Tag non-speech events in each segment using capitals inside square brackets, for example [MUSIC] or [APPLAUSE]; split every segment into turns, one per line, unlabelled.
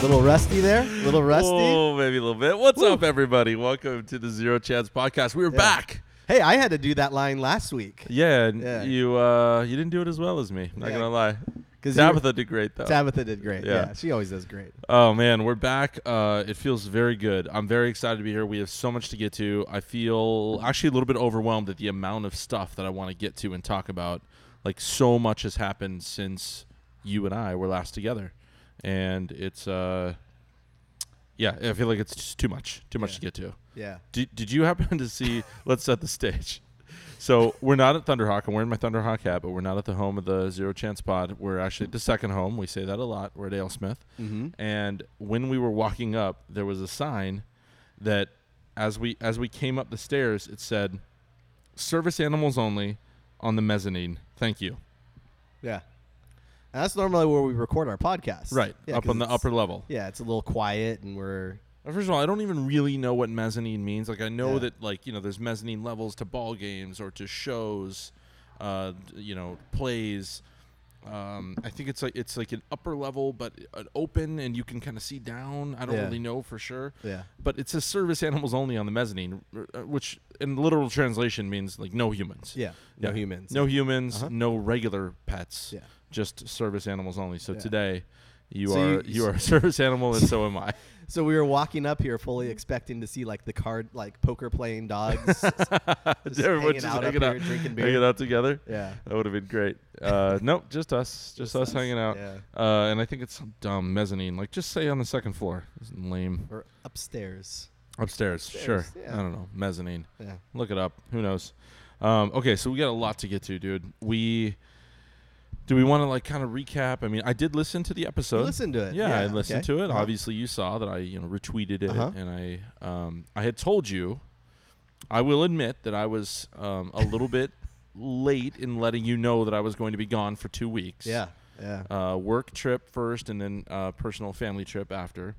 little rusty there. A little rusty.
Oh, maybe a little bit. What's up, everybody? Welcome to the Zero Chance Podcast. We are back.
Hey, I had to do that line last week.
Yeah, and
Yeah.
you uh, you didn't do it as well as me. Not
Yeah.
gonna lie.
'Cause you were-
Tabitha did great though.
Tabitha did great.
Yeah.
Yeah. she always does great.
Oh man, we're back. Uh, it feels very good. I'm very excited to be here. We have so much to get to. I feel actually a little bit overwhelmed at the amount of stuff that I want to get to and talk about. Like so much has happened since you and I were last together, and it's uh, yeah, I feel like it's just too much, too much
Yeah.
to get to.
Yeah.
Did, did you happen to see? let's set the stage. So we're not at Thunderhawk. I'm wearing my Thunderhawk hat, but we're not at the home of the Zero Chance Pod. We're actually at the second home. We say that a lot. We're at Ale Smith.
Mm-hmm.
And when we were walking up, there was a sign that as we as we came up the stairs, it said, "Service animals only on the mezzanine." Thank you.
Yeah. And that's normally where we record our podcast.
Right
Yeah,
up
'cause
on the
it's-
upper level.
Yeah, it's a little quiet and we're
Uh, First of all, I don't even really know what mezzanine means. Like I know
Yeah.
that like you know there's mezzanine levels to ball games or to shows, uh, d- you know plays. Um, I think it's like it's like an upper level, but uh, an open, and you can kind of see down. I don't
Yeah.
really know for sure.
yeah.
But it says service animals only on the mezzanine, r- uh, which in literal translation means like no humans.
Yeah. No
Yeah.
humans.
No humans.
Uh-huh.
No regular pets.
Yeah.
Just service animals only. So
Yeah.
today, you
So
are
you-
you are a [LAUGHS] service animal, and so am I.
So we were walking up here fully expecting to see like the card like poker playing dogs.
[LAUGHS]
just
Everyone
hanging
just
out up
hanging out,
here drinking beer.
hanging out together.
Yeah.
That would have been great. Uh, nope, just
[LAUGHS]
us, just,
Just
us,
us,
hanging out.
yeah.
Uh, and I think it's some dumb mezzanine. Like, just say on the second floor. It's lame.
Or upstairs.
Upstairs, sure.
Upstairs, yeah.
I don't know mezzanine.
Yeah.
Look it up. Who knows? Um, okay, so we got a lot to get to, dude. We do we want to like kind of recap? I mean, I did listen to the episode.
Listen to it.
Yeah, I listened
okay.
to it.
Uh-huh.
Obviously, you saw that I you know retweeted it,
Uh-huh.
and I um, I had told you. I will admit that I was um, a little
[LAUGHS]
bit late in letting you know that I was going to be gone for two weeks.
Yeah. Yeah.
Uh, work trip first, and then uh, personal family trip after.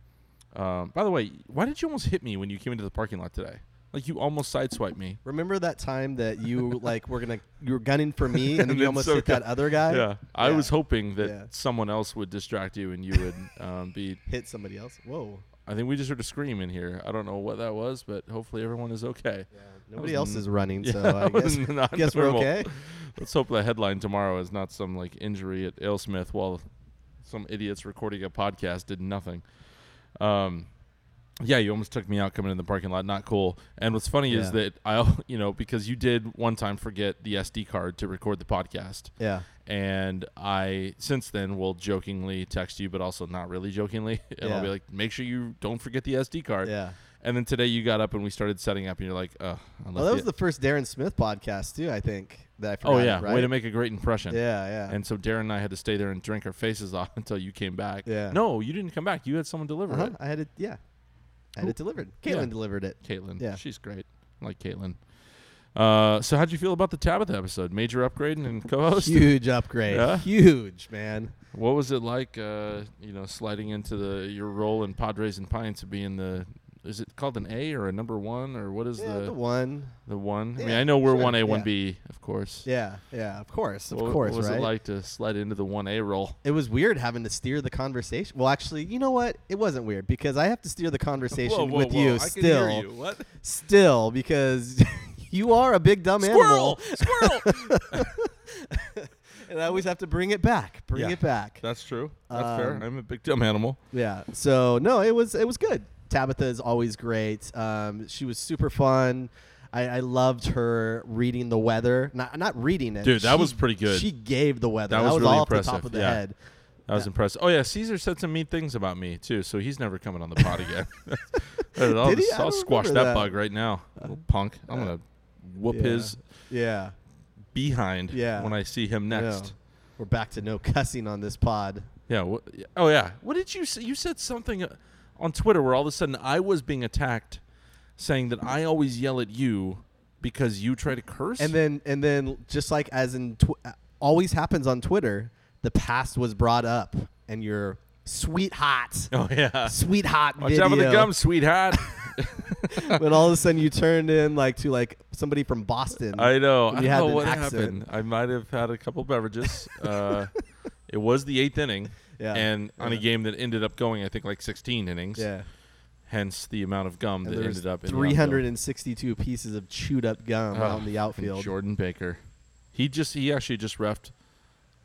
Um, by the way, why did you almost hit me when you came into the parking lot today? Like you almost sideswiped me.
Remember that time that you like were gonna you were gunning for
[LAUGHS]
me and then
And
you
then
almost
so
hit
got-
that other guy?
yeah, I
Yeah.
was hoping that
Yeah.
someone else would distract you and you would [LAUGHS] um, be.
Hit somebody else. Whoa.
I think we just heard a scream in here. I don't know what that was, but hopefully everyone is okay.
Nobody
was
else
n-
is running,
[LAUGHS] Yeah,
so I
that was
guess,
not
guess we're
normal.
okay.
Let's hope the headline tomorrow is not some like injury at Alesmith while some idiots recording a podcast did nothing. Um, yeah, you almost took me out coming in the parking lot. Not cool. And what's funny is
Yeah.
that I, al- [LAUGHS] you know, because you did one time forget the SD card to record the podcast, [LAUGHS]
Yeah.
and I since then will jokingly text you, but also not really jokingly, [LAUGHS] and I'll
Yeah.
be like, make sure you don't forget the SD card.
Yeah.
And then today you got up and we started setting up, and you're like, oh, I left
Well, that was
the-
the first Darren Smith podcast too. I think that I forgot.
Oh yeah,
right?
way to make a great impression.
Yeah, yeah.
And so Darren and I had to stay there and drink our faces [LAUGHS] off until you came back.
Yeah.
No, you didn't come back. You had someone deliver
uh-huh.
it.
I had it. Yeah, I had
Who-
it delivered.
Yeah.
Caitlin delivered it.
Caitlin.
Yeah.
She's great. I like Caitlin. Uh, so how'd you feel about the Tabitha episode? Major upgrade and co-host.
Huge upgrade.
Yeah?
Huge man.
What was it like? Uh, you know, sliding into the your role in Padres and Pines to be in the. Is it called an A or a number one or what is
yeah,
the
the one.
the one? I mean,
Yeah,
I know we're
sure,
one A,
yeah.
one B, of course.
Yeah, yeah. Of course, of
What-
course.
What was
right?
it like to slide into the one A role?
It was weird having to steer the conversation. Well, actually, you know what? It wasn't weird because I have to steer the [LAUGHS] conversation
[LAUGHS] Whoa, whoa,
with
whoa.
you
I can
still,
hear you.
[LAUGHS]
What?
still because [LAUGHS] you are a big dumb animal,
Squirrel! Squirrel!
[LAUGHS] and I always have to bring it back, bring
Yeah.
it back.
That's true. That's fair.
Um,
I'm a big dumb animal.
Yeah. So no, it was it was good. Tabitha is always great. Um, she was super fun. I, I loved her reading the weather. Not not reading it.
Dude, that
She-
was pretty good.
She gave the weather.
That
That
was
was,
really
all off the top
impressive,
of the
yeah.
head.
I was
Yeah.
impressed. Oh yeah, Caesar said some mean things about me too, so he's never coming on the
[LAUGHS]
pod again. [LAUGHS] I'll,
Did he?
just-
I
I'll
don't
squash that,
remember that.
bug right now, little punk. I'm
uh,
gonna whoop
yeah.
his
Yeah.
behind
Yeah.
when I see him
Yeah.
next.
We're back to no [LAUGHS] cussing on this pod.
Yeah. wha- yeah. oh yeah. What did you say? You said something uh, on Twitter where all of a sudden I was being attacked, saying that I always yell at you because you try to curse.
And then and then just like as in tw- always happens on Twitter, the past was brought up and your sweet hot
[LAUGHS] [LAUGHS] oh yeah.
sweet hot
Watch
video
out for the gum, sweetheart.
[LAUGHS] when all of a sudden you turned in like to like somebody from Boston.
I know.
when
I
you
don't
had
know
an
what
accent. [LAUGHS]
happened. I might have had a couple beverages. Uh, it was the eighth inning.
Yeah.
and on a
Yeah.
game that ended up going, I think, like 16 innings.
Yeah.
Hence the amount of gum
And
that
there's
ended up in the outfield.
362 pieces of chewed up gum out in the
Ah, and
outfield.
Jordan Baker, he just he actually just refed,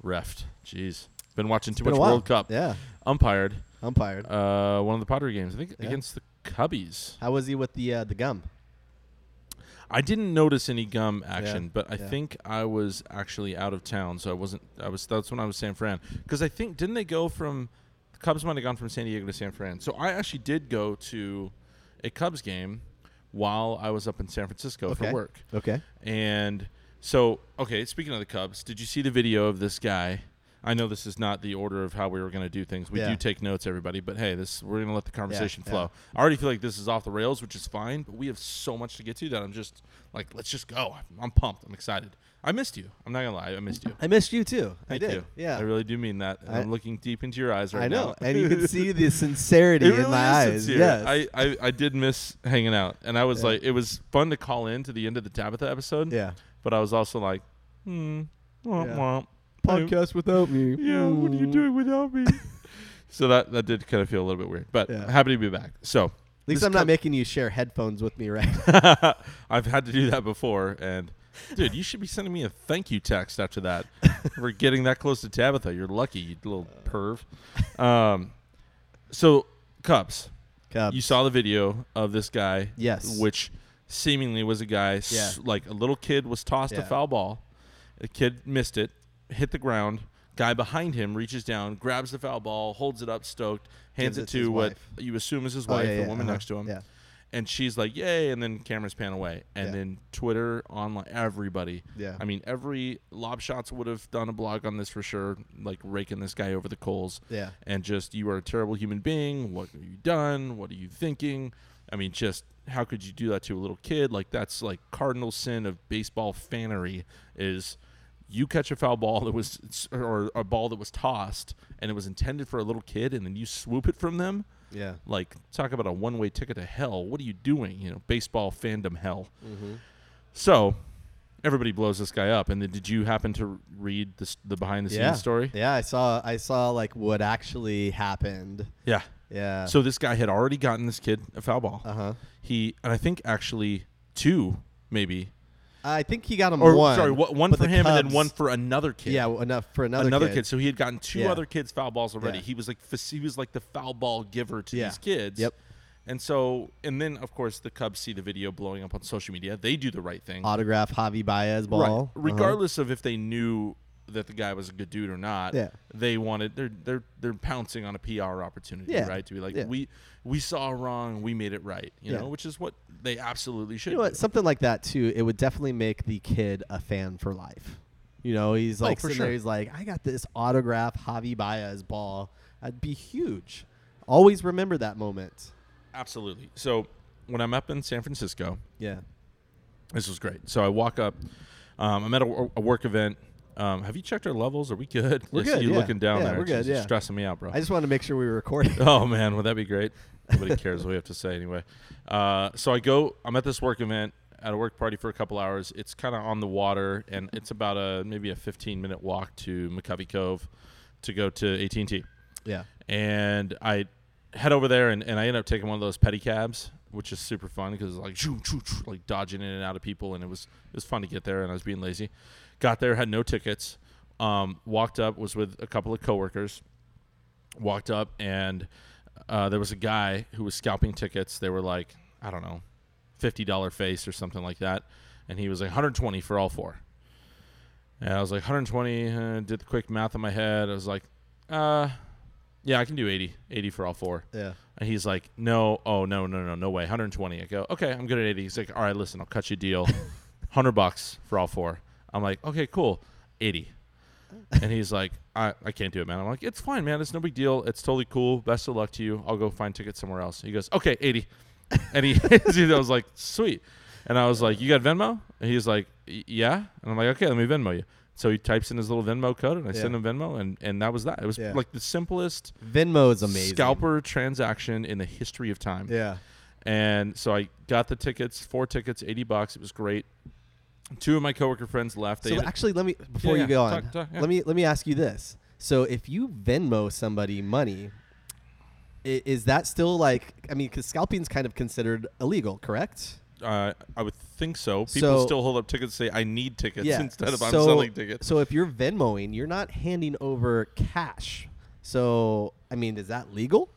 refed. Jeez, been watching too
Been a
much
while.
World Cup.
Yeah.
Umpired
Umpired.
uh, one of the Pottery games. I think
Yeah.
against the Cubbies.
How was he with the uh, the gum?
I didn't notice any gum action,
Yeah,
but I
yeah.
think I was actually out of town, so I wasn't. I was that's when I was San Fran because I think didn't they go from the Cubs might have gone from San Diego to San Fran. So I actually did go to a Cubs game while I was up in San Francisco
Okay.
for work.
Okay.
And so, okay, speaking of the Cubs, did you see the video of this guy? I know this is not the order of how we were going to do things. We
Yeah.
do take notes, everybody, but hey, this we're going to let the conversation
yeah.
flow. I already feel like this is off the rails, which is fine, but we have so much to get to that I'm just like, let's just go. I'm- I'm pumped. I'm excited. I missed you. I'm not going to lie. I missed you.
[LAUGHS] I missed you too. I
Thank
did.
You.
Yeah.
I really do mean that. And
I-
I, am looking deep into your eyes right
I know,
now.
and you can
[LAUGHS]
see the sincerity
It really
in my
is
eyes.
sincere.
Yes.
I, I, I did miss hanging out, and I was
Yeah.
like, it was fun to call in to the end of the Tabitha episode.
yeah.
But I was also like, hmm, womp
Yeah.
womp.
Podcast without me.
Yeah, what are you
Mm.
doing without me? [LAUGHS] so that that did kind of feel a little bit weird, but
Yeah.
happy to be back. So [LAUGHS]
At least
This
I'm not
com-
making you share headphones with me, right? [LAUGHS]
I've had to do that before, and dude, you should be sending me a thank you text
[LAUGHS]
after that for getting that close to Tabitha. You're lucky, you little perv. Um, so Cubs,
Cubs.
you saw the video of this guy,
Yes.
which seemingly was a guy s-
Yeah.
like a little kid was tossed a
Yeah.
foul ball. The kid missed it, hit the ground. Guy behind him reaches down, grabs the foul ball, holds it up, stoked, hands
Gives it
it
to his
to what
wife.
you assume is his
Oh,
wife,
yeah,
the
yeah,
woman
uh-huh.
next to him.
Yeah.
And she's like, "Yay!" And then cameras pan away, and
Yeah.
then Twitter, online, everybody.
Yeah.
I mean, every lob shots would have done a blog on this for sure, like raking this guy over the coals
Yeah.
and just you are a terrible human being. What have you done? What are you thinking? I mean, just how could you do that to a little kid? Like that's like cardinal sin of baseball fannery is you catch a foul ball that was or a ball that was tossed and it was intended for a little kid and then you swoop it from them.
Yeah.
Like talk about a one-way ticket to hell. What are you doing? You know, baseball fandom hell.
Mm-hmm.
So everybody blows this guy up and then did you happen to read this the behind the scenes
yeah.
story?
Yeah, I saw. I saw like what actually happened.
yeah.
Yeah.
So this guy had already gotten this kid a foul ball.
Uh huh.
He and I think actually two maybe
I think he got him
or
one.
sorry wha- one
but
for
the
him and then
Cubs-
one for another kid.
Yeah, well, enough for another
Another,
kid.
kid. So he had gotten two
Yeah.
other kids foul balls already.
Yeah.
He was like fac- he was like the foul ball giver to
Yeah.
these kids.
Yep.
And so and then of course the Cubs see the video blowing up on social media. They do the right thing.
Autograph Javi Baez ball. Uh-huh.
Right. Regardless of if they knew that the guy was a good dude or not,
Yeah.
they wanted they're they're they're pouncing on a PR opportunity,
Yeah.
right? To be like,
Yeah.
we we saw wrong, we made it right, you
Yeah.
know, which is what they absolutely should.
You know
do.
what? Something like that too. It would definitely make the kid a fan for life. You know, he's
Oh,
like
for
sitting
sure.
there. He's like, I got this autograph Javi Baez ball. That'd be huge. Always remember that moment.
Absolutely. So when I'm up in San Francisco,
Yeah.
this was great. So I walk up, um, I'm at a, wor- a work event. Um, have you checked our levels? Are we good?
We're
I see
good,
You
yeah.
looking down
Yeah,
there?
we're
It's
good,
just
yeah.
Stressing me out, bro.
I just wanted to make sure we were recording.
[LAUGHS]
[LAUGHS]
Oh man, would that be great? Nobody cares what we have to say anyway. Uh, so I go. I'm at this work event at a work party for a couple hours. It's kind of on the water, and it's about a maybe a 15 minute walk to McCovey Cove to go to AT&T.
yeah.
And I head over there, and, and I end up taking one of those pedicabs, which is super fun because like choo, choo, choo, like dodging in and out of people, and it was it was fun to get there. And I was being lazy. Got there, had no tickets. Um, walked up, was with a couple of coworkers walked up and uh, there was a guy who was scalping tickets. They were like, I don't know, fifty dollar face or something like that, and he was like 120 for all four. And I was like 120. Uh, did the quick math in my head. I was like, uh, yeah, I can do 80, 80 for all four.
Yeah. [LAUGHS]
And he's like, no, oh no, no, no, no way, 120. I go, okay, I'm good at 80. He's like, all right, listen, I'll cut you a
[LAUGHS]
deal, 100 bucks for all four. I'm like, okay, cool, 80. and he's like, I, I can't do it, man. I'm like, it's fine, man. It's no big deal. It's totally cool. Best of luck to you. I'll go find tickets somewhere else. He goes, okay, 80. And he, [LAUGHS] I was like, sweet. And I was like, you got Venmo? And he's like, "Y- yeah. And I'm like, okay, let me Venmo you. So he types in his little Venmo code, and I
Yeah.
send him Venmo, and, and that was that. It was
Yeah.
like the simplest
Venmo is amazing.
scalper transaction in the history of time.
Yeah.
And so I got the tickets, four tickets, 80 bucks. It was great. Two of my coworker friends left. They
So
ended-
actually, let me before you
Yeah, yeah.
go on,
Talk- talk, yeah.
let me let me ask you this. So if you Venmo somebody money, i- is that still like? I mean, because scalping's kind of considered illegal, correct?
Uh, I would think so. People
So-
still hold up tickets and say, I need tickets [LAUGHS] instead of I'm
So-
selling tickets.
So if you're Venmoing, you're not handing over cash. So I mean, is that legal?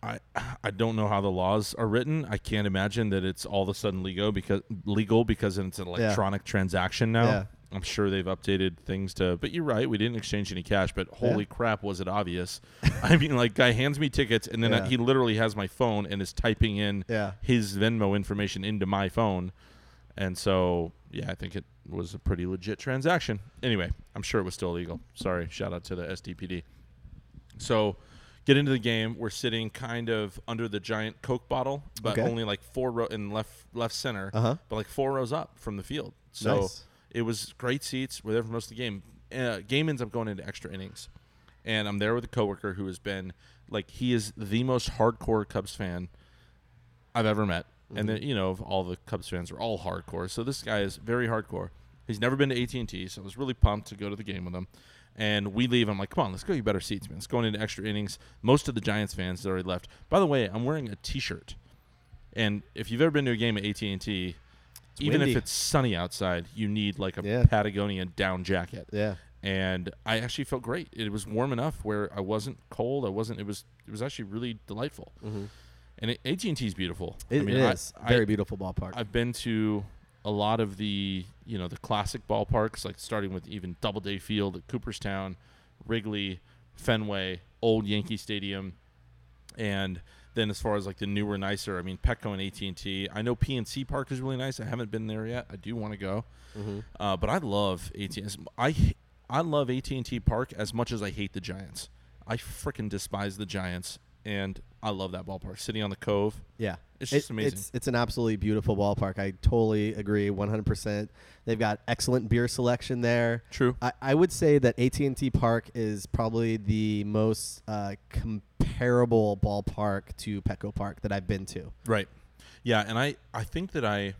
I, I don't know how the laws are written. I can't imagine that it's all of a sudden legal because legal because it's an electronic transaction now.
Yeah.
I'm sure they've updated things to, but you're right. We didn't exchange any cash, but holy crap, was it obvious? [LAUGHS] I mean, like, guy hands me tickets, and then
Yeah.
he literally has my phone and is typing in
Yeah.
his Venmo information into my phone. And so, yeah, I think it was a pretty legit transaction. Anyway, I'm sure it was still illegal. Sorry. Shout out to the SDPD. So, get into the game. We're sitting kind of under the giant Coke bottle, but
Okay.
only like four row in left left center,
Uh-huh.
but like four rows up from the field. So
Nice.
it was great seats. We're there for most of the game. Uh, game ends up going into extra innings, and I'm there with a coworker who has been like he is the most hardcore Cubs fan I've ever met.
Mm-hmm.
And then you know, of all the Cubs fans are all hardcore. So this guy is very hardcore. He's never been to AT and T, so I was really pumped to go to the game with him. And we leave. I'm like, come on, let's go get better seats, man. It's going into extra innings. Most of the Giants fans that already left. By the way, I'm wearing a T-shirt. And if you've ever been to a game at AT and T, even
windy.
if it's sunny outside, you need like a
Yeah.
Patagonian down jacket
Yeah.
and I actually felt great. It was warm enough where I wasn't cold. I wasn't. It was. It was actually really delightful. And AT and T is beautiful.
Mm-hmm. It,
I mean,
it is
I,
very
I,
beautiful ballpark.
I've been to a lot of the you know the classic ballparks, like starting with even Doubleday Field at Cooperstown, Wrigley, Fenway, Old Yankee Stadium, and then as far as like the newer, nicer, I mean Petco and AT and T. I know PNC Park is really nice. I haven't been there yet. I do want to go, uh, but I love AT. I h- I love AT and T Park as much as I hate the Giants. I freaking despise the Giants, and I love that ballpark. Sitting on the Cove.
Yeah.
It's just amazing.
It's, it's an absolutely beautiful ballpark. I totally agree 100%. They've got excellent beer selection there.
True.
I, I would say that AT&T Park is probably the most uh, comparable ballpark to Petco Park that I've been to.
Right. Yeah, and I I think that I,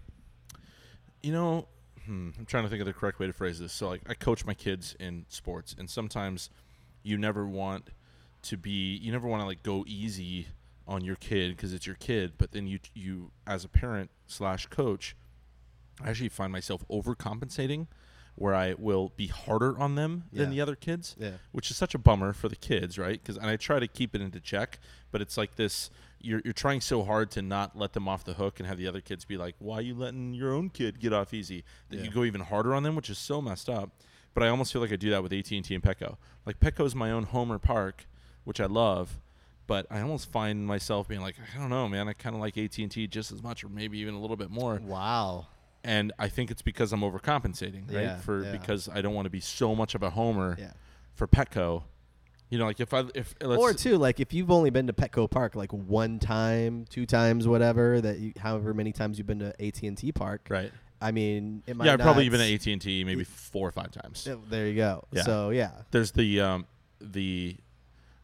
you know, hmm, I'm trying to think of the correct way to phrase this. So like, I coach my kids in sports, and sometimes you never want to be you never want to like go easy on your kid because it's your kid, but then you you as a parent slash coach, I actually find myself overcompensating. Where I will be harder on them than
Yeah.
the other kids,
Yeah.
which is such a bummer for the kids, right? Because and I try to keep it into check, but it's like this: you're you're trying so hard to not let them off the hook and have the other kids be like, "Why are you letting your own kid get off easy?" That you
Yeah.
go even harder on them, which is so messed up. But I almost feel like I do that with AT and T and Petco. Like Petco is my own Homer Park, which I love, but I almost find myself being like, I don't know, man. I kind of like AT and T just as much, or maybe even a little bit more
Wow.
and I think it's because I'm overcompensating, right?
Yeah,
for
yeah.
because I don't want to be so much of a homer
Yeah.
for Petco. You know, like if I if let's,
or too, like if you've only been to Petco Park like one time, two times, whatever, that you, however many times you've been to AT&T Park.
right,
I mean, it might
yeah, I've probably
not-
been at AT and T maybe four or five times.
There you go.
Yeah.
So, yeah.
There's the um the.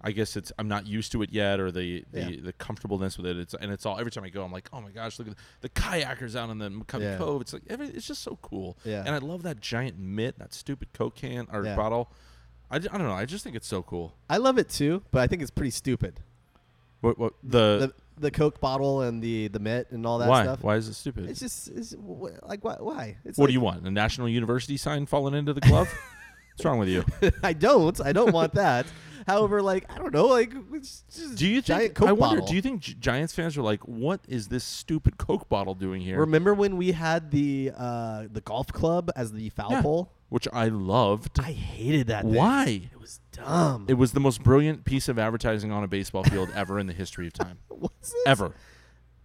I guess it's I'm not used to it yet, or the the,
Yeah.
the comfortableness with it. It's and it's all every time I go, I'm like, oh my gosh, look at the, kayakers out on the Macomb
Yeah.
Cove. It's like every, it's just so cool.
Yeah.
And I love that giant mitt, that stupid Coke can or
Yeah.
bottle. I, d- I don't know. I just think it's so cool.
I love it too, but I think it's pretty stupid.
What what the,
the the Coke bottle and the the mitt and all that
Uh, why
stuff.
why is it stupid?
It's just it's, wh- like why? Why? It's
What
like-
do
[LAUGHS]
you want? A national university sign falling into the glove? What's wrong with you?
[LAUGHS] I don't. I don't want
[LAUGHS]
that. However, like I don't know. Like it's just
Do you think?
giant Coke
I wonder.
bottle.
Do you think Gi- Giants fans are like, "What is this stupid Coke bottle doing here?"
remember when we had the uh, the golf club as the foul
Yeah.
pole?
Which I loved.
I hated that. thing.
Why?
It was dumb.
It was the most brilliant piece of advertising on a baseball field ever in the history
[LAUGHS]
of time.
was it?
ever.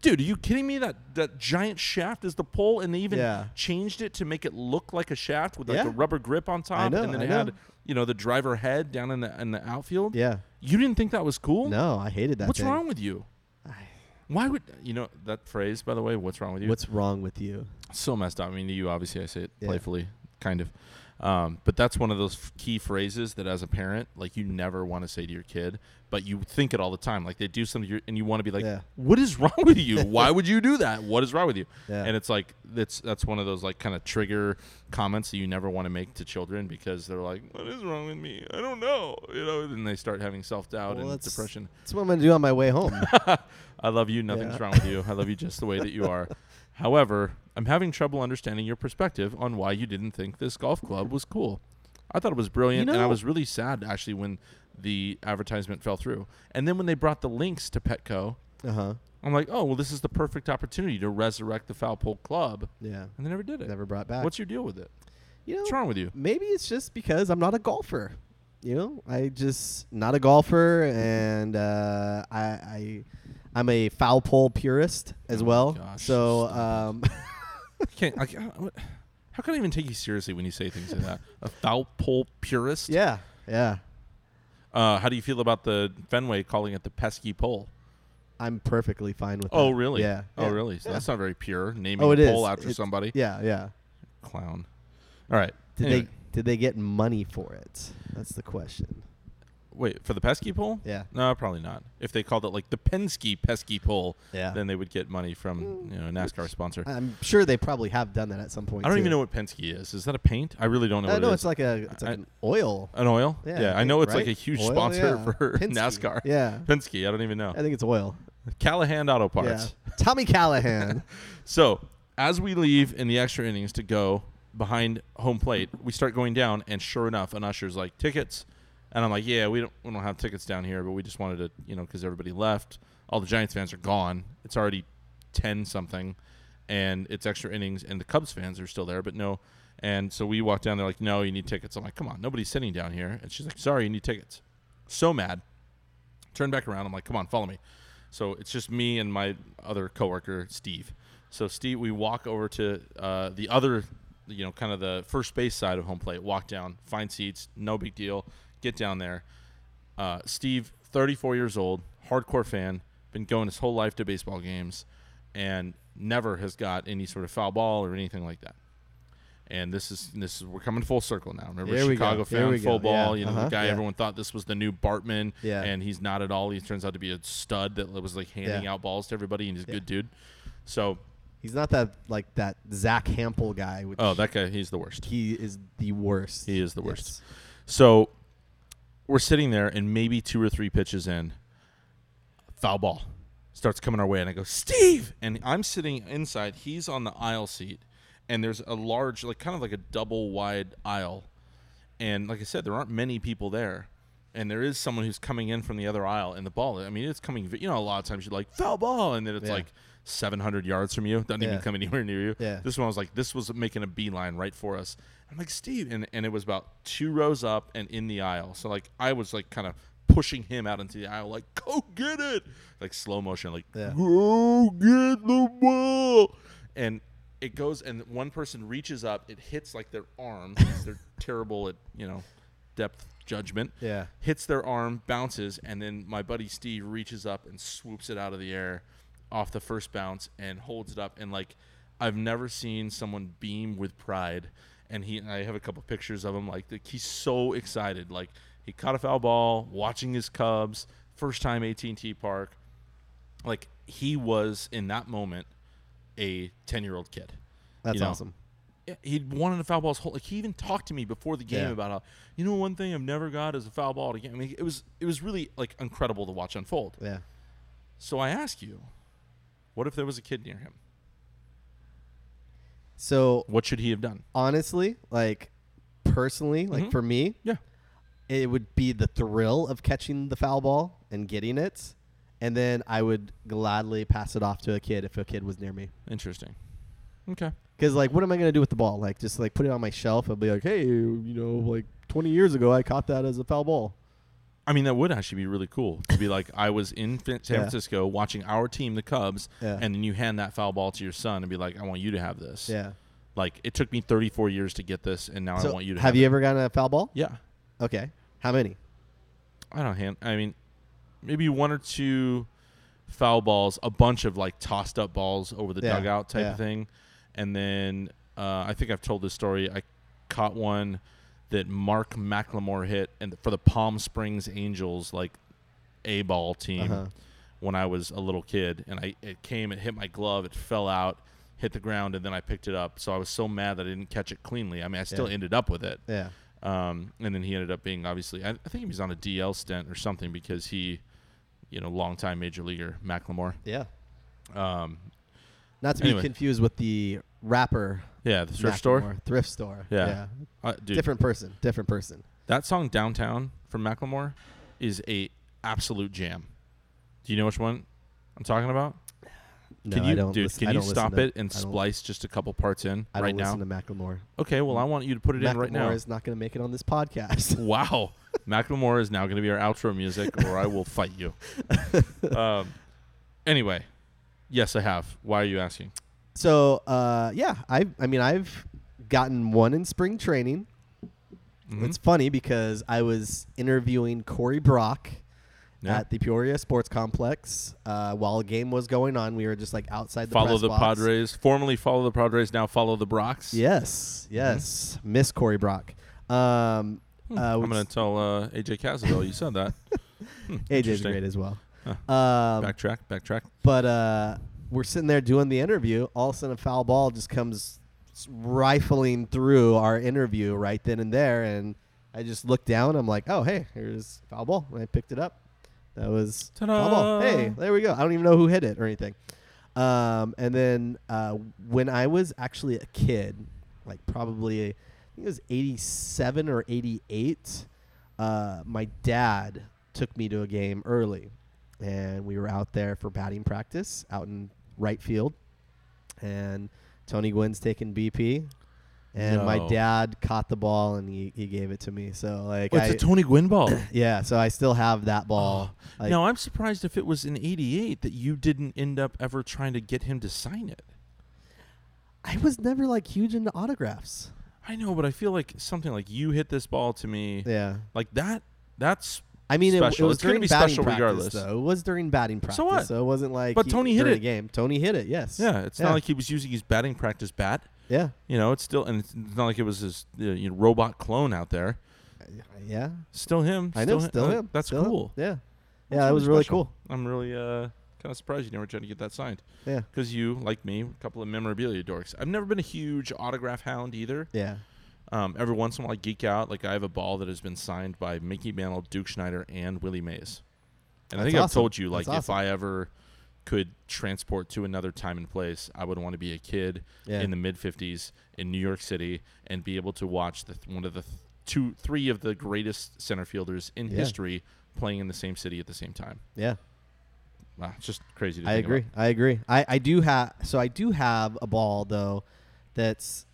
Dude, are you kidding me? That that giant shaft is the pole, and they even
Yeah.
changed it to make it look like a shaft with like
Yeah.
a rubber grip on top,
know,
and then
I
it
know.
had you know the driver head down in the in the outfield.
Yeah.
You didn't think that was cool?
No, I hated that.
What's
thing.
wrong with you? Why would you know that phrase? By the way, what's wrong with you?
What's wrong with you?
so messed up? I mean, to you obviously, I say it
Yeah.
playfully, kind of. Um, but that's one of those f- key phrases that, as a parent, like you never want to say to your kid, but you think it all the time. Like they do something, you're- and you want to be like,
Yeah.
"What is wrong
[LAUGHS]
with you? Why would you do that? What is wrong with you?"
Yeah.
And it's like that's that's one of those like kind of trigger comments that you never want to make to children because they're like, "What is wrong with me? I don't know," you know, and they start having self doubt
Well,
and
that's-
depression.
That's what I'm gonna do on my way
[LAUGHS]
home.
I love you. Nothing's
Yeah.
wrong with you. I love you just the
[LAUGHS]
way that you are. However, I'm having trouble understanding your perspective on why you didn't think this golf club was cool. I thought it was brilliant, and I
know-
was really sad actually when the advertisement fell through. And then when they brought the links to Petco,
uh huh.
I'm like, oh well, this is the perfect opportunity to resurrect the Foul Pole Club,
Yeah.
and they never did it.
Never brought back.
What's your deal with it?
you know,
What's wrong with you?
maybe it's just because I'm not a golfer. You know, I just not a golfer, and uh, I, I I'm a foul pole purist as
Oh my
well.
gosh,
so
stop [LAUGHS]
um,
I can't. I, can't- what- how can I even take you seriously when you say things like that? A foul pole
[LAUGHS]
purist.
yeah, yeah,
Uh, how do you feel about the Fenway calling it the pesky pole?
I'm perfectly fine with.
Oh,
that.
really?
Yeah.
Oh,
yeah.
really? So
Yeah.
that's not very pure. Naming
Oh,
a
it is.
pole after
It's-
somebody.
Yeah, yeah.
Clown. All right.
Did
Anyway.
they did they get money for it? That's the question.
wait for the pesky pole?
Yeah.
No, probably not. If they called it like the Penske pesky pole,
Yeah. Mm.
then they would get money from you know a NASCAR sponsor. I,
I'm sure they probably have done that at some point.
don't
too.
even know what Penske is. Is that a paint? I really don't know.
I
what
know
it
it's
is.
like a it's like
I-
an oil.
an oil.
Yeah,
Yeah.
I
I know
think,
it's like a
right?
huge
Oil,
sponsor
yeah.
for [LAUGHS]
Penske.
NASCAR.
Yeah.
Penske. I don't even know.
I think it's oil.
Callahan Auto Parts.
Yeah. Tommy Callahan. [LAUGHS]
So as we leave in the extra innings to go behind home plate, we start going down, and sure enough, an usher's like tickets, and I'm like, yeah, we don't we don't have tickets down here, but we just wanted to, you know, because everybody left, all the Giants fans are gone. It's already ten something, and it's extra innings, and the Cubs fans are still there, but no. And so we walk down. They're like, "No, you need tickets." I'm like, "Come on, nobody's sitting down here." And she's like, "Sorry, you need tickets." So mad. Turn back around. I'm like, come on, follow me. So it's just me and my other coworker, Steve. So Steve, we walk over to uh, the other, you know, kind of the first base side of home plate. Walk down, find seats, no big deal. Get down there. Uh, Steve, 34 years old, hardcore fan, been going his whole life to baseball games, and never has got any sort of foul ball or anything like that. And this is this is we're coming full circle now. Remember
There we go.
Chicago
There
fan
we go.
full ball,
Yeah.
you know,
Uh-huh.
the guy
Yeah.
everyone thought this was the new Bartman,
Yeah.
and he's not at all. He turns out to be a stud that was like handing
Yeah.
out balls to everybody, and he's a
Yeah.
good dude. So,
He's not that like that Zach Hampel guy. Which
oh, that guy, he's the worst.
he is the worst.
He is the worst. So, we're sitting there, and maybe two or three pitches in, foul ball starts coming our way, and I go, Steve! And I'm sitting inside, he's on the aisle seat, and there's a large, like kind of like a double wide aisle. And like I said, there aren't many people there. And there is someone who's coming in from the other aisle, and the ball, I mean, it's coming, vi- you know, a lot of times you're like, foul ball, and then it's
Yeah.
like 700 yards from you, doesn't even
Yeah.
come anywhere near you.
Yeah.
This one was like, this was making a beeline right for us. I'm like, Steve. And, and it was about two rows up and in the aisle. So, like, I was like kind of pushing him out into the aisle, like, go get it. Like, slow motion, like,
Yeah.
go get the ball. And it goes, and one person reaches up, it hits like their arm. 'cause they're terrible at, you know, depth judgment.
Yeah.
Hits their arm, bounces, and then my buddy Steve reaches up and swoops it out of the air off the first bounce and holds it up. And like, I've never seen someone beam with pride. And he, I have a couple pictures of him. Like, the, he's so excited. Like, he caught a foul ball, watching his Cubs, first time AT&T Park. Like, he was in that moment a ten-year-old kid.
That's
you know?
awesome.
Yeah, he wanted a foul ball. his whole- Like he even talked to me before the game
Yeah.
about how you know one thing I've never got is a foul ball. at a game. I mean, it was it was really like incredible to watch unfold.
Yeah.
So I ask you, what if there was a kid near him?
So
What should he have done?
honestly, like personally, like
Mhm.
for me,
Yeah,
it would be the thrill of catching the foul ball and getting it, and then I would gladly pass it off to a kid if a kid was near me.
interesting. Okay,
Because like, what am I gonna do with the ball? Like, just like put it on my shelf and be like, hey, you know, like 20 years ago, I caught that as a foul ball.
I mean that would actually be really cool to be like I was in Fin- San
Yeah.
Francisco watching our team, the Cubs,
Yeah.
and then you hand that foul ball to your son and be like, I want you to have this.
Yeah.
Like it took me 34 years to get this, and now
so
I want you to
have
have
you
It.
ever gotten a foul ball?
Yeah.
Okay. How many?
I don't hand. I mean, maybe one or two foul balls, a bunch of like tossed up balls over the
Yeah,
dugout type
yeah.
of thing, and then uh, I think I've told this story. I caught one that Mark McLemore hit and for the Palm Springs Angels like A ball team
Uh-huh.
when I was a little kid and I it came it hit my glove it fell out hit the ground and then I picked it up so I was so mad that I didn't catch it cleanly I mean I still
Yeah.
ended up with it
Yeah.
um, and then he ended up being obviously I, I think he was on a DL stint or something because he you know longtime major leaguer McLemore
Yeah.
um,
Not to
Anyway.
be confused with the rapper.
yeah the thrift
Macklemore.
store
Thrift store.
Yeah. uh, dude
Different person. Different person.
That song "Downtown" from Macklemore is a absolute jam. Do you know which one I'm talking about?
No,
can you,
I don't
dude?
listen-
can
I
you
don't listen
stop
to-
it and
I don't-
splice just a couple parts in
I don't
right now?
listen to Macklemore.
okay, well, I want you to put it in right now.
Macklemore is not going to make it on this
[LAUGHS]
podcast. [LAUGHS]
wow, Macklemore is now going to be our outro music, or I will fight you. um, anyway, yes, I have. Why are you asking?
so, uh, yeah, I I mean I've gotten one in spring training.
Mhm.
It's funny because I was interviewing Corey Brock
Yeah.
at the Peoria Sports Complex uh, while a game was going on. We were just like outside the
follow
press
the
box.
Padres. Formerly follow the Padres. Now follow the Brocks.
Yes,
Mm-hmm.
yes, Miss Corey Brock. Um,
Hmm,
uh,
I'm going to tell uh, AJ Casavell you
[LAUGHS]
said that. Hmm,
AJ's
interesting.
great as well.
Huh.
Um,
backtrack, backtrack.
But uh, we're sitting there doing the interview. All of a sudden, a foul ball just comes s- rifling through our interview right then and there. And I just looked down. I'm like, oh, hey, here's foul ball. And I picked it up. That was foul ball.
Ta-da.
Hey, there we go. I don't even know who hit it or anything. Um, and then uh, when I was actually a kid, like probably, I think it was 87 or 88, uh, my dad took me to a game early. And we were out there for batting practice out in right field. And Tony Gwynn's taking BP. And my
No.
dad caught the ball and he, he gave it to me. So, like,
Well,
I,
Oh, it's a Tony Gwynn ball.
yeah, so I still have that [COUGHS] ball.
Oh,
like-
now I'm surprised if it was in '88 that you didn't end up ever trying to get him to sign it.
I was never like huge into autographs.
I know, but I feel like something like you hit this ball to me,
Yeah.
like that. That's
I mean, it, it
Special.
was
It's gonna
during
be
batting
special
practice,
regardless.
though. It was during batting practice,
So what?
so it wasn't like.
But
he-
Tony hit
during
it.
a game. Tony hit it. Yes.
yeah. It's
Yeah.
not like he was using his batting practice bat.
Yeah.
You know, it's still, and it's not like it was his uh, you know, robot clone out there.
Yeah.
Still him.
I know.
hi-
Still
uh,
him.
That's
Still him.
cool.
Yeah.
That's
yeah, it was really
special.
cool.
I'm really uh, kind of surprised you never tried to get that signed
Yeah.
because you, like me, a couple of memorabilia dorks. I've never been a huge autograph hound either.
Yeah.
Um, every once in a while, I geek out. Like I have a ball that has been signed by Mickey Mantle, Duke Schneider, and Willie Mays. And I
That's
think I've
awesome.
told you, like,
That's
if I ever could transport to another time and place, I would want to be a kid
Yeah.
in the mid '50s in New York City and be able to watch the, one of the th- two, three of the greatest center fielders in
Yeah.
history playing in the same city at the same time.
Yeah.
Wow, it's just crazy. To
I
think
agree.
about.
I agree. I, I do have so I do have a ball though that's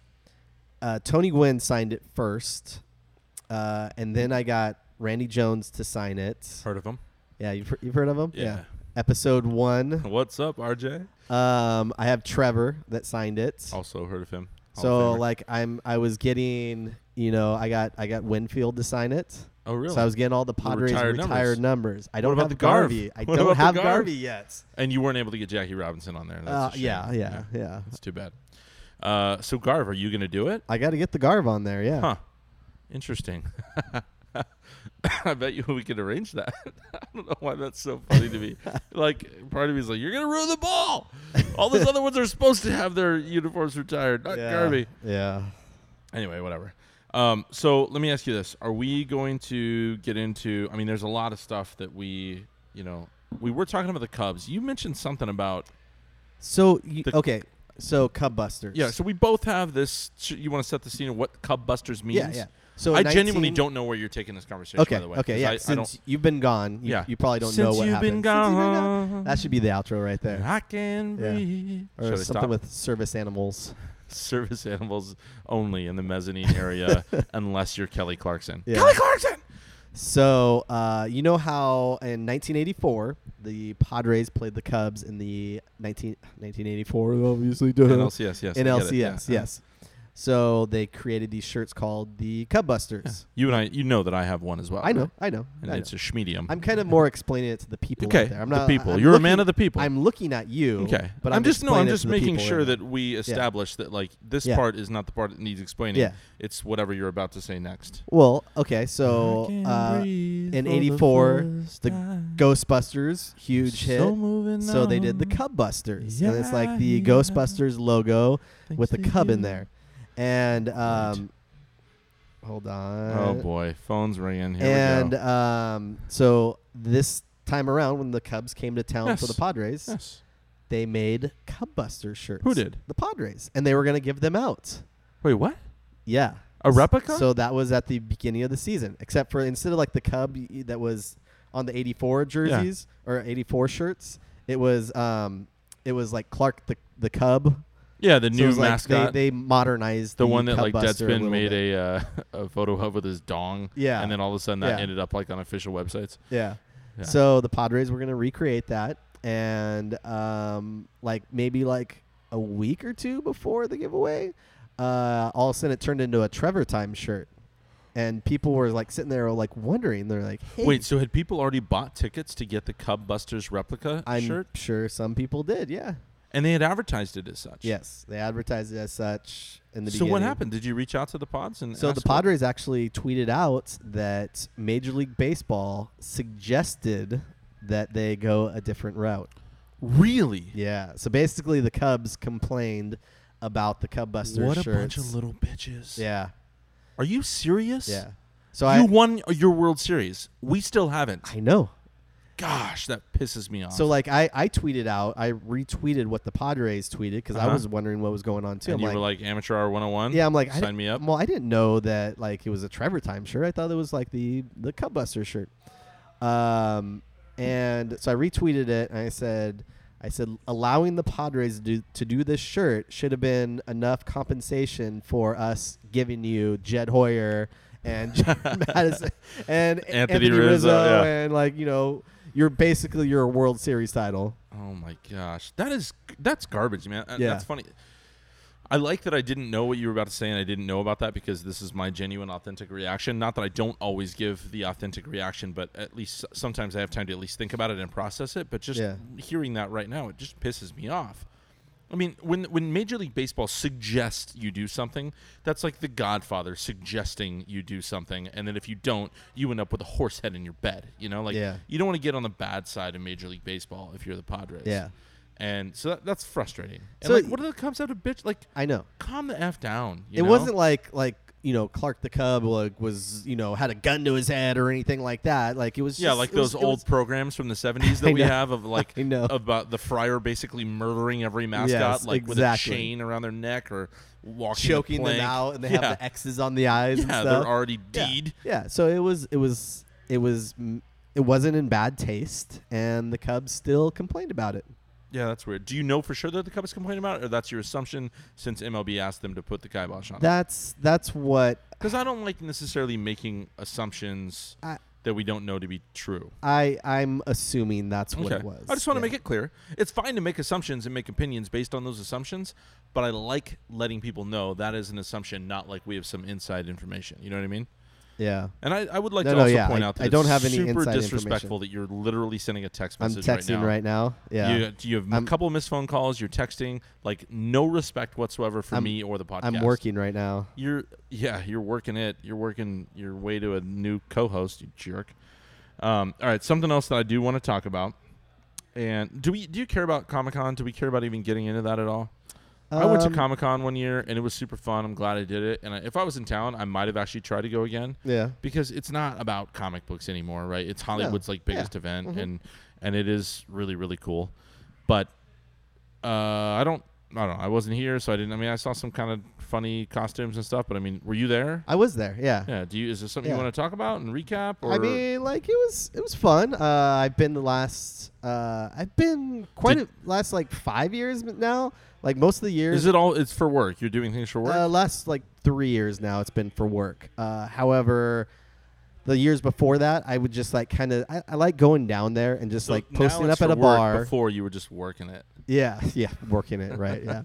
uh, Tony Gwynn signed it first, uh, and then I got Randy Jones to sign it.
Heard of him? [LAUGHS]
Yeah, you've, he- you've heard of him.
Yeah.
Episode one.
What's up, RJ?
Um, I have Trevor that signed it.
Also heard of him. Hall
so
of Famer.
like I'm I was getting you know I got I got Winfield to sign it.
oh really?
So I was getting all the Padres
retired
retired,
numbers.
numbers. I don't
about
have
the Garv?
Garvey. I
[LAUGHS] What
don't
about the
have
Garv?
Garvey yet.
And you weren't able to get Jackie Robinson on there. That's
Uh,
a shame.
yeah, yeah, yeah.
That's too bad. Uh, so Garv, are you going to do it?
I got to get the Garv on there. Yeah.
Huh. Interesting. [LAUGHS] I bet you we could arrange that. [LAUGHS] I don't know why that's so funny
[LAUGHS]
to me. Like part of me is like, you're going to ruin the ball. All those other ones are supposed to have their uniforms retired, not
yeah.
Garvey.
Yeah.
Anyway, whatever. Um, so let me ask you this: Are we going to get into? I mean, there's a lot of stuff that we, you know, we were talking about the Cubs. You mentioned something about
So you,
The-
okay. So Cub Busters.
Yeah, so we both have this. sh- You want to set the scene of what Cub Busters means?
yeah, yeah. So
I
19
genuinely don't know where you're taking this conversation.
Okay.
by the way,
okay.
'cause
Yeah.
I, I
since
don't.
you've been gone, you,
Yeah.
you probably don't know
Since
what
you've
happened.
been gone.
That should be the outro right there.
I can
Yeah.
breathe.
Or
Should I
something
stop?
with service animals.
[LAUGHS] service animals only in the mezzanine
[LAUGHS]
area, unless you're Kelly Clarkson.
Yeah.
Kelly
[LAUGHS]
Clarkson.
So uh, you know how in 1984 the Padres played the Cubs in the 19, 1984 obviously duh.
NLCS, yes. I get it,
NLCS
yeah.
yes. So they created these shirts called the Cub Busters.
You and I, you know that I have one as well.
I know,
right?
I know.
and
I
it's a schmedium.
am kind of more explaining it to the people. out
okay.
there. I'm
the
not
people.
I'm
You're a man
looking-
of the people.
I'm looking at you.
okay,
but
I'm,
I'm,
just no.
explaining
I'm
it
just
to the
making
people
sure
in-
that we establish that like this
Yeah.
part is not the part that needs explaining.
Yeah.
It's whatever you're about to say next.
Well, okay, so uh, in 84, the Ghostbusters huge hit. So they did the Cub Busters, and it's like the
Yeah.
Ghostbusters logo with the cub in there, and um, hold on.
Oh boy, phones ringing. Here
Uh, and
we go.
um, so this time around, when the Cubs came to town for the
Yes.
Padres,
Yes.
they made Cub Buster shirts.
Who did?
The Padres, and they were gonna give them out.
Wait, what?
Yeah.
A replica?
So that was at the beginning of the season, except for instead of like the Cub y- that was on the '84 jerseys or '84 shirts, it was um, it was like Clark the the Cub.
Yeah, the
So it
new
was, like,
mascot.
they, they modernized
the, one that
Cub
like
Buster a
Deadspin
little
made
bit.
a uh, [LAUGHS] a photo of with his dong.
Yeah.
And then all of a sudden that
Yeah.
ended up like on official websites.
yeah.
Yeah.
So the Padres were gonna recreate that, and um, like maybe like a week or two before the giveaway, uh, all of a sudden it turned into a Trevor Time shirt, and people were like sitting there like wondering. They're like, hey,
Wait, so had people already bought tickets to get the Cub Busters replica
I'm
shirt?
sure some people did. Yeah.
And they had advertised it as such.
Yes, they advertised it as such in the
so
beginning.
what happened? Did you reach out to the pods and
So the
ask what-
Padres actually tweeted out that Major League Baseball suggested that they go a different route.
Really?
Yeah. So basically, the Cubs complained about the Cub Buster
what
shirts.
a bunch of little bitches.
yeah,
Are you serious?
yeah. So
you
I,
won your World Series. We still haven't.
I know.
Gosh, that pisses me off.
So like I, I tweeted out, I retweeted what the Padres tweeted because I
Uh-huh.
was wondering what was going on too.
and
I'm
you
like,
were like amateur hour 101?
yeah, I'm like, I
sign
di-
me up.
Well, I didn't know that like it was a Trevor Time shirt. I thought it was like the the Cub Buster shirt. Um, and so I retweeted it and I said, I said allowing the Padres to do, to do this shirt should have been enough compensation for us giving you Jed Hoyer and
[LAUGHS]
Jared Madison and A-
Anthony Rizzo, yeah.
and like you know you're basically your World Series title.
Oh my gosh, that is that's garbage, man. Uh,
Yeah.
That's funny. I like that I didn't know what you were about to say, and I didn't know about that because this is my genuine, authentic reaction. Not that I don't always give the authentic reaction, but at least s- sometimes I have time to at least think about it and process it. But just
Yeah.
hearing that right now, it just pisses me off. I mean, when when Major League Baseball suggests you do something, that's like The Godfather suggesting you do something, and then if you don't, you end up with a horse head in your bed. You know, like
Yeah.
you don't want to get on the bad side of Major League Baseball if you're the Padres.
Yeah.
And so that, that's frustrating. And
So
like,
it-
what are the Cubs out of bitch? Like,
I know.
calm the f down. you
it
know?
wasn't like like you know Clark the Cub like was you know had a gun to his head or anything like that. Like it was
yeah,
just-
like
it was-
those
it
old
was-
programs from the '70s
[LAUGHS]
that
I
we
know.
have of like
I know.
about the friar basically murdering every mascot,
Yes,
like with a
exactly.
chain around their neck or walking,
[LAUGHS]
the
choking them
plank.
out and they
Yeah.
have the X's on the eyes. and
Yeah,
stuff.
they're already
Yeah.
deed.
Yeah. so it was it was it was mm, it wasn't in bad taste, and the Cubs still complained about it.
Yeah. that's weird. Do you know for sure that the Cubs complained about it, or that's your assumption since MLB asked them to put the kibosh on it?
That's that's what
Because I don't like necessarily making assumptions
I
that we don't know to be true.
I I'm assuming that's what it was.
I just want to
Yeah.
make it clear. It's fine to make assumptions and make opinions based on those assumptions, but I like letting people know that is an assumption, not like we have some inside information. You know what I mean?
Yeah.
And I, I would like
No,
to
no,
also
yeah,
point
I-
out that
I don't
it's
have any
super
inside
disrespectful that you're literally sending a text
I'm
message
texting
right
right now.
now.
Yeah.
You, you have
I'm-
a couple of missed phone calls. You're texting like no respect whatsoever for
I'm-
me or the podcast.
I'm working right now.
You're yeah, you're working it. You're working your way to a new co-host. You jerk. Um, all right, something else that I do want to talk about. And do we do you care about Comic Con? Do we care about even getting into that at all? I went to
Um,
Comic Con one year and it was super fun. I'm glad I did it. And I, if I was in town, I might have actually tried to go again
Yeah.
because it's not about comic books anymore, right? It's Hollywood's like biggest
Yeah.
event,
Mhm.
and and it is really really cool. But uh, I don't, I don't, know. I wasn't here, so I didn't. I mean, I saw some kind of funny costumes and stuff, but I mean, were you there?
I was there. Yeah.
yeah. Do you? Is there something you
Yeah.
want to talk about and recap? Or
I mean, like it was it was fun. Uh, I've been the last uh, I've been quite
Did-
a last like five years m- now. Like most of the years,
is it all? It's for work. You're doing things for work.
Uh, last like three years now, it's been for work. Uh, however, the years before that, I would just like kind of I, I like going down there and just
So
like
now
posting
it's
up at a
for work.
bar.
Before you were just working it.
Yeah, [LAUGHS] yeah, working it right.
[LAUGHS]
Yeah,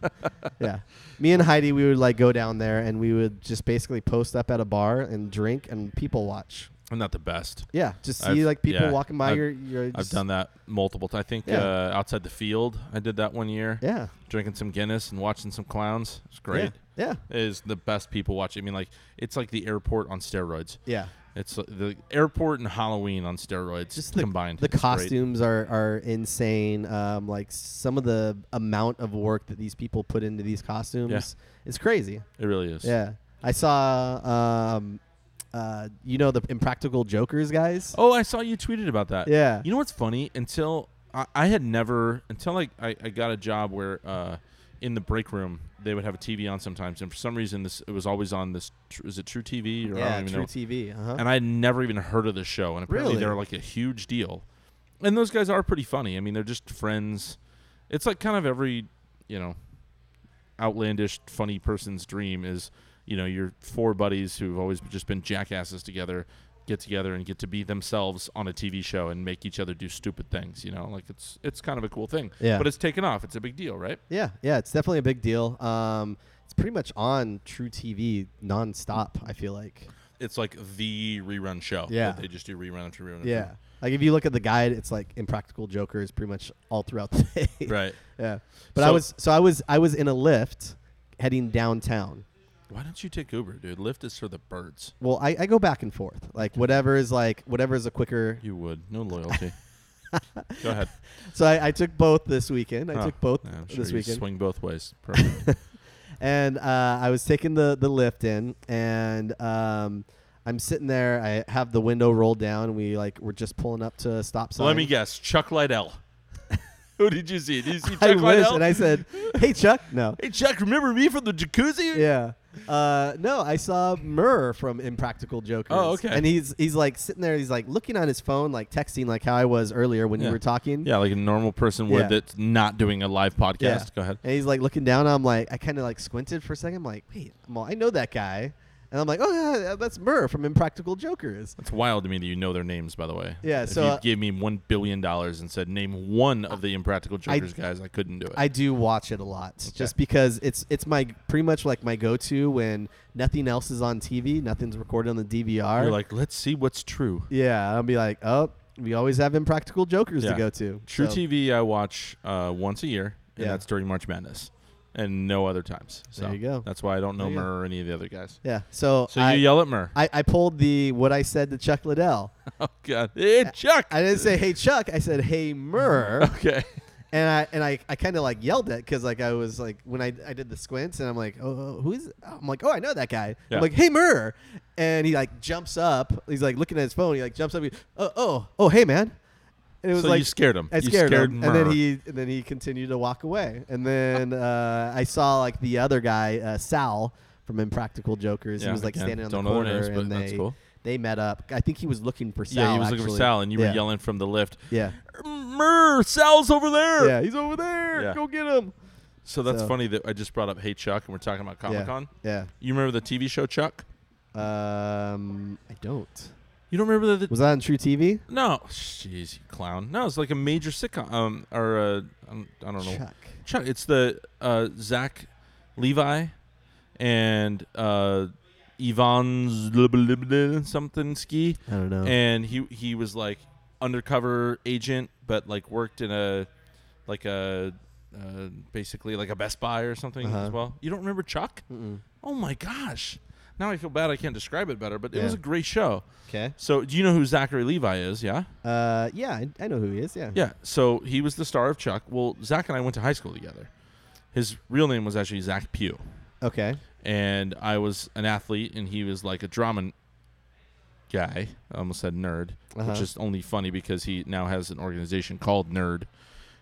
yeah. Me and Heidi, we would like go down there and we would just basically post up at a bar and drink and people watch.
I'm not the best.
Yeah, just see
I've-
like people
yeah,
walking by.
I've-
your you're, you're
I've
just-
done that multiple times. I think
Yeah.
uh, outside the field, I did that one year,
Yeah,
drinking some Guinness and watching some clowns. It's great.
Yeah, yeah.
It is the best people watching. I mean, like it's like the airport on steroids.
yeah.
It's uh, the airport and Halloween on steroids
Just the,
combined.
the
It's great.
costumes are, are insane. Um, like some of the amount of work that these people put into these costumes is crazy.
It really is.
Yeah, I saw. Um, uh, you know the Impractical Jokers guys.
Oh, I saw you tweeted about that.
Yeah.
You know what's funny? Until I, I had never until like I, I got a job where uh, in the break room they would have a TV on sometimes, and for some reason this it was always on this. Tr- is it True TV? Or I
yeah,
don't even
True
know.
TV. Uh-huh.
and I had never even heard of the show, and apparently
Really?
they're like a huge deal. And those guys are pretty funny. I mean, they're just friends. It's like kind of every, you know, outlandish funny person's dream is, you know, your four buddies who've always just been jackasses together get together and get to be themselves on a TV show and make each other do stupid things, you know? Like it's it's kind of a cool thing.
Yeah.
But it's taken off. It's a big deal, right?
Yeah, yeah, it's definitely a big deal. Um, it's pretty much on True TV nonstop. I feel like.
It's like the rerun show.
Yeah.
They just do rerun after rerun. after
Yeah, like if you look at the guide, it's like Impractical Jokers pretty much all throughout the [LAUGHS] day.
rerun. Right.
Yeah, but I
So-
was so I was I was in a lift heading downtown.
Why don't you take Uber, dude? Lyft is for the birds.
Well, I, I go back and forth. Like whatever is like whatever is a quicker. [LAUGHS]
You would. No loyalty. Go ahead.
So I, I took both this weekend. I
Huh.
took both
Yeah, I'm sure
this
you
weekend.
Swing
[LAUGHS]
both ways. Perfect.
and uh, I was taking the the lift in, and um, I'm sitting there. I have the window rolled down. We like we're just pulling up to a stop
so
sign.
let me guess. Chuck Liddell. Who did you see? Did you see
[LAUGHS]
Chuck
I wish,
Liddell?
and I
[LAUGHS]
said, "Hey Chuck, no,
hey, Chuck, remember me from the jacuzzi?
yeah, uh, no." I saw Murr from Impractical Jokers.
Oh, okay.
And he's he's like sitting there. He's like looking on his phone, like texting, like how I was earlier when you
Yeah.
were talking.
Yeah, like a normal person
Yeah.
would that's not doing a live podcast.
Yeah.
Go ahead.
And he's like looking down. I'm like, I kind of like squinted for a second. I'm like, wait, I'm all- I know that guy. And I'm like, oh yeah, that's Murr from Impractical Jokers.
It's wild to me that you know their names, by the way.
Yeah,
If
so,
you
uh,
gave me one billion dollars and said name one of the impractical
I-
jokers guys, I couldn't do it.
I do watch it a lot, just because it's it's my pretty much like my go-to when nothing else is on TV, nothing's recorded on the DVR.
You're like, let's see what's true.
yeah, I'll be like, oh, we always have impractical jokers to
Yeah.
go to.
True
So,
TV, I watch uh, once a year, and
Yeah.
that's during March Madness, and no other times. So
There you go.
That's why I don't know
There you go.
Murr or any of the other guys.
Yeah, so,
So
I,
you yell at Murr.
I I pulled the what I said to Chuck Liddell.
[LAUGHS] oh God, hey Chuck.
I didn't say hey Chuck, I said hey Murr,
[LAUGHS] okay.
and I and I, I kind of like yelled it because like I was like when I, I did the squints and I'm like oh oh, who is I'm like oh I know that guy
Yeah.
I'm like hey Murr, and he like jumps up he's like looking at his phone he like jumps up he, oh oh oh hey man, and [LAUGHS] it was
so
like
you scared him.
I
You
scared, him, and
Murr.
then he and then he continued to walk away. And then [LAUGHS] uh, I saw like the other guy, uh, Sal from Impractical Jokers.
Yeah,
he was like
again,
standing on
don't
the
know their
corner,
names, but
and they
that's cool.
they met up. I think he was looking for Sal.
yeah, he was looking for
actually.
Sal, and you
Yeah.
were yelling from the lift.
Yeah,
Murr, Sal's over there.
yeah, he's over there.
Yeah.
Go get him.
So that's
So-
funny that I just brought up Hey Chuck, and we're talking about Comic Con.
Yeah.
You remember the TV show Chuck?
yeah. Um, I don't.
You don't remember the, the
Was that on True TV?
no? Jeez, you clown. No, it's like a major sitcom. Um, or uh, I don't- I don't know.
Chuck.
Chuck, it's the uh, Zach Levi and uh, Yvonne Zlblblbl- something ski,
I don't know.
and he he was like undercover agent, but like worked in a like a uh, basically like a Best Buy or something
Uh-huh.
as well. You don't remember Chuck?
Mm-mm.
Oh my gosh! Now I feel bad I can't describe it better, but it
Yeah.
was a great show.
Okay.
So do you know who Zachary Levi is? Yeah,
Uh, yeah, I, I know who he is. Yeah.
yeah. So he was the star of Chuck. Well, Zach and I went to high school together. His real name was actually Zach Pugh,
Okay.
and I was an athlete, and he was like a drama n- guy. I almost said nerd,
Uh-huh.
which is only funny because he now has an organization called Nerd.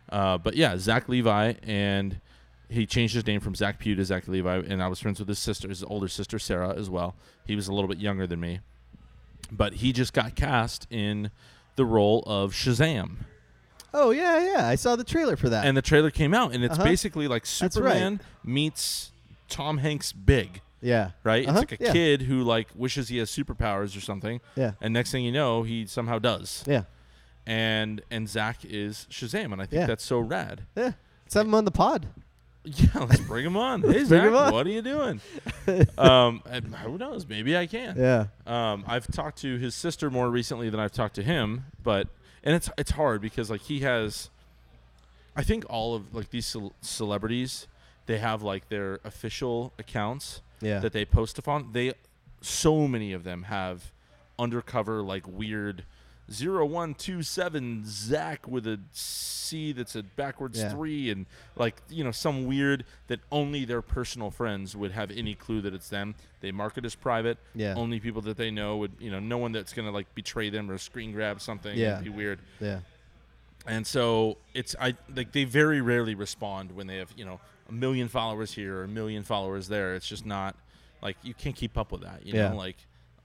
Uh, but yeah, Zach Levi, and he changed his name from Zach Pugh to Zach Levi, and I was friends with his sister, his older sister Sarah as well. He was a little bit younger than me, but he just got cast in the role of Shazam
Oh yeah, yeah. I saw the trailer for that.
and the trailer came out, and it's
Uh-huh.
basically like
right.
Superman meets Tom Hanks big.
Yeah.
right?
Uh-huh,
It's like a
yeah.
kid who like wishes he has superpowers or something,
Yeah.
and next thing you know, he somehow does.
Yeah.
And and Zach is Shazam, and I think
Yeah.
that's so rad. [LAUGHS]
Yeah. Let's have him on the [LAUGHS] pod.
Yeah, let's bring him on. Hey,
bring
Zach,
him on.
what are you doing? [LAUGHS] um, and who knows? Maybe I can.
Yeah.
Um, I've talked to his sister more recently than I've talked to him, but and it's it's hard because like he has, I think all of like these cel- celebrities, they have like their official accounts
Yeah.
that they post upon. They so many of them have undercover like weird. 0127 Zach with a C that's a backwards
Yeah.
three, and like, you know, some weird that only their personal friends would have any clue that it's them. They mark it as private,
Yeah.
only people that they know would you know no one that's gonna like betray them or screen grab something
Yeah.
It'd be weird
yeah.
and so it's i like they very rarely respond when they have you know a million followers here or a million followers there it's just not like you can't keep up with that you
Yeah.
know like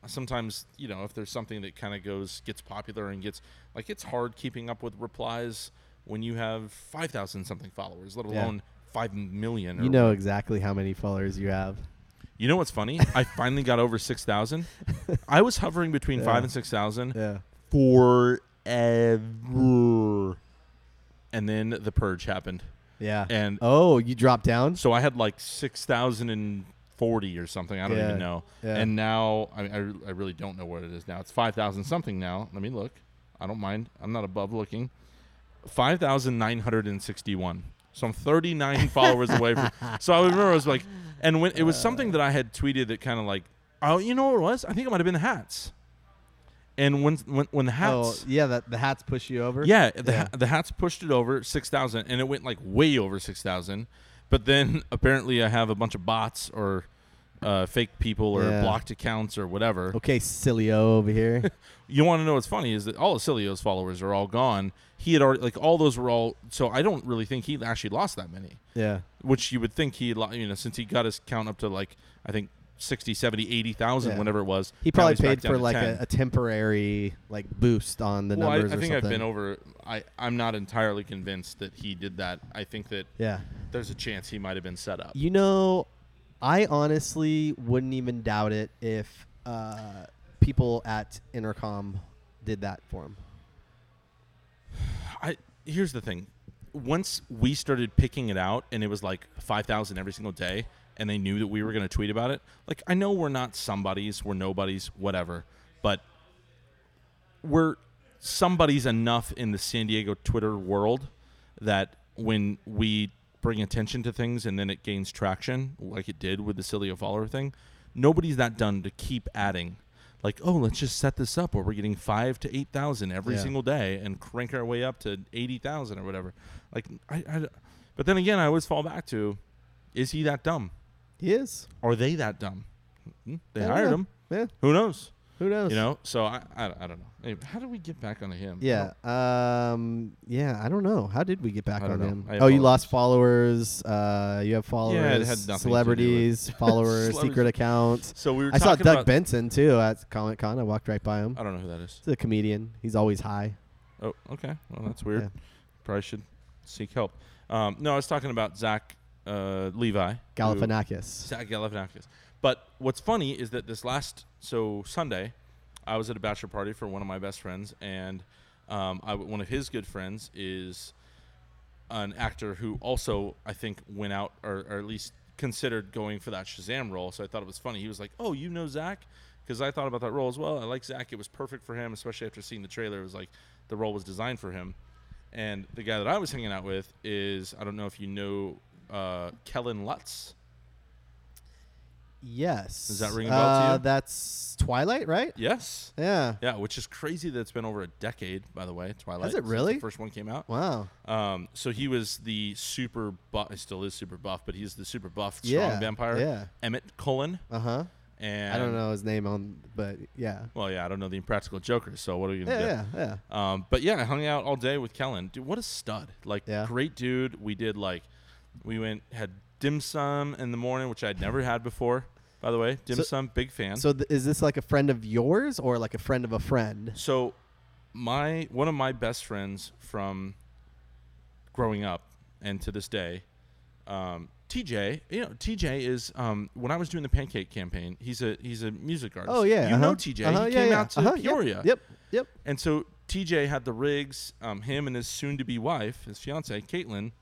sometimes you know if there's something that kind of goes gets popular and gets like it's hard keeping up with replies when you have 5000 something followers let
Yeah.
alone 5 million or
You know exactly how many followers you have.
you know what's funny? I finally got over six
[LAUGHS]
thousand. I was hovering between
Yeah.
five and six thousand
Yeah.
forever, and then the purge happened,
Yeah.
and
oh, you dropped down?
so I had like six thousand and forty or something. I don't
Yeah.
even know.
Yeah.
And now I, I I really don't know what it is now. It's five thousand something now. Let me look. I don't mind. I'm not above looking. Five thousand nine hundred and sixty-one. So
[LAUGHS]
I'm 39 followers away from. So I remember I was like, and when
Uh.
it was something that I had tweeted that kind of like, oh, you know what it was? I think it might have been the hats. And when when when the
Oh,
hats,
yeah, that the hats push you over.
yeah, the,
Yeah.
ha- the hats pushed it over 6,000 and it went like way over 6,000. But then [LAUGHS] apparently I have a bunch of bots or uh, fake people or
Yeah.
blocked accounts or whatever.
Okay, silly O over
[LAUGHS]
here.
You want to know what's funny is that all of Cilio's followers are all gone. He had already, like, all those were all. So I don't really think he actually lost that many,
yeah.
which you would think he, lo- you know, since he got his count up to like, I think 60, 70, 80,000,
Yeah.
whenever it was.
He
now
probably
he's back
paid
down
for
to
like
10.
a, a temporary like boost on the
Well, I, I
numbers or
think
something.
I've been over. I, I'm not entirely convinced that he did that. I think that
yeah.
there's a chance he might have been set up.
You know, I honestly wouldn't even doubt it if uh, people at Intercom did that for him.
I here's the thing. Once we started picking it out and it was like 5,000 every single day and they knew that we were going to tweet about it. Like I know we're not somebodies, we're nobodies, whatever, but we're somebody's enough in the San Diego Twitter world that when we bring attention to things and then it gains traction, like it did with the Cilio follower thing, nobody's that done to keep adding. Like, oh, let's just set this up where we're getting five to eight thousand every
Yeah.
single day and crank our way up to eighty thousand or whatever. Like, I, I, but then again, I always fall back to, is he that dumb?
He is.
Are they that dumb? Hmm, They
I don't
hired
know.
him.
Yeah.
Who knows?
Who knows?
You know. So I, I, I don't know. Anyway, how did we get back onto him? Oh,
Yeah. Um. Yeah. I don't know. How did we get back
I don't
on
know.
him?
I
Oh, you lost followers. Uh, you have followers.
had nothing to do with- [LAUGHS]
celebrities, followers, secret
Celebrities.
accounts.
So we were.
I saw
talking
Doug
about- Oh.
Benson too at Comic Con. I walked right by him.
I don't know who that is.
He's a comedian. He's always high.
Oh, okay. Well, that's weird.
Yeah.
Probably should seek help. Um, no, I was talking about Zach uh, Levi. who-
Galifianakis.
Zach Galifianakis. But what's funny is that this last so Sunday, I was at a bachelor party for one of my best friends, and um, I, one of his good friends is an actor who also I think went out or, or at least considered going for that Shazam role. So I thought it was funny. He was like, "Oh, you know Zach." Because I thought about that role as well. I like Zach. It was perfect for him, especially after seeing the trailer. It was like the role was designed for him. And the guy that I was hanging out with is I don't know if you know uh, Kellen Lutz.
Yes.
Does that ring a bell to
uh,
you?
That's Twilight, right?
Yes.
Yeah.
Yeah, which is crazy that it's been over a decade, by the way. Twilight.
it
since the
really?
first one came out.
Wow.
Um, so he was the super buff. He still is super buff, but he's the super buff strong
Yeah,
vampire.
yeah.
Emmett Cullen.
Uh huh.
And
I don't know his name on, but yeah.
Well, yeah, I don't know the Impractical Jokers. So what are you gonna
Yeah.
do?
Yeah. Yeah.
Um, but yeah, I hung out all day with Kellen. Dude, what a stud! Like,
Yeah.
great dude. We did like, we went had dim sum in the morning, which I'd never had before. By the way, dim
So-
sum, big fan.
So th- is this like a friend of yours or like a friend of a friend?
So, my one of my best friends from growing up and to this day um, TJ, you know, TJ is um, when I was doing the Pancake campaign. He's a he's a music artist.
Oh yeah,
you
uh-huh.
know TJ.
Uh-huh,
he
yeah,
came
yeah.
out to
uh-huh, yep,
Peoria.
Yep, yep.
And so TJ had the rigs. Um, him and his soon-to-be wife, his fiance Caitlin,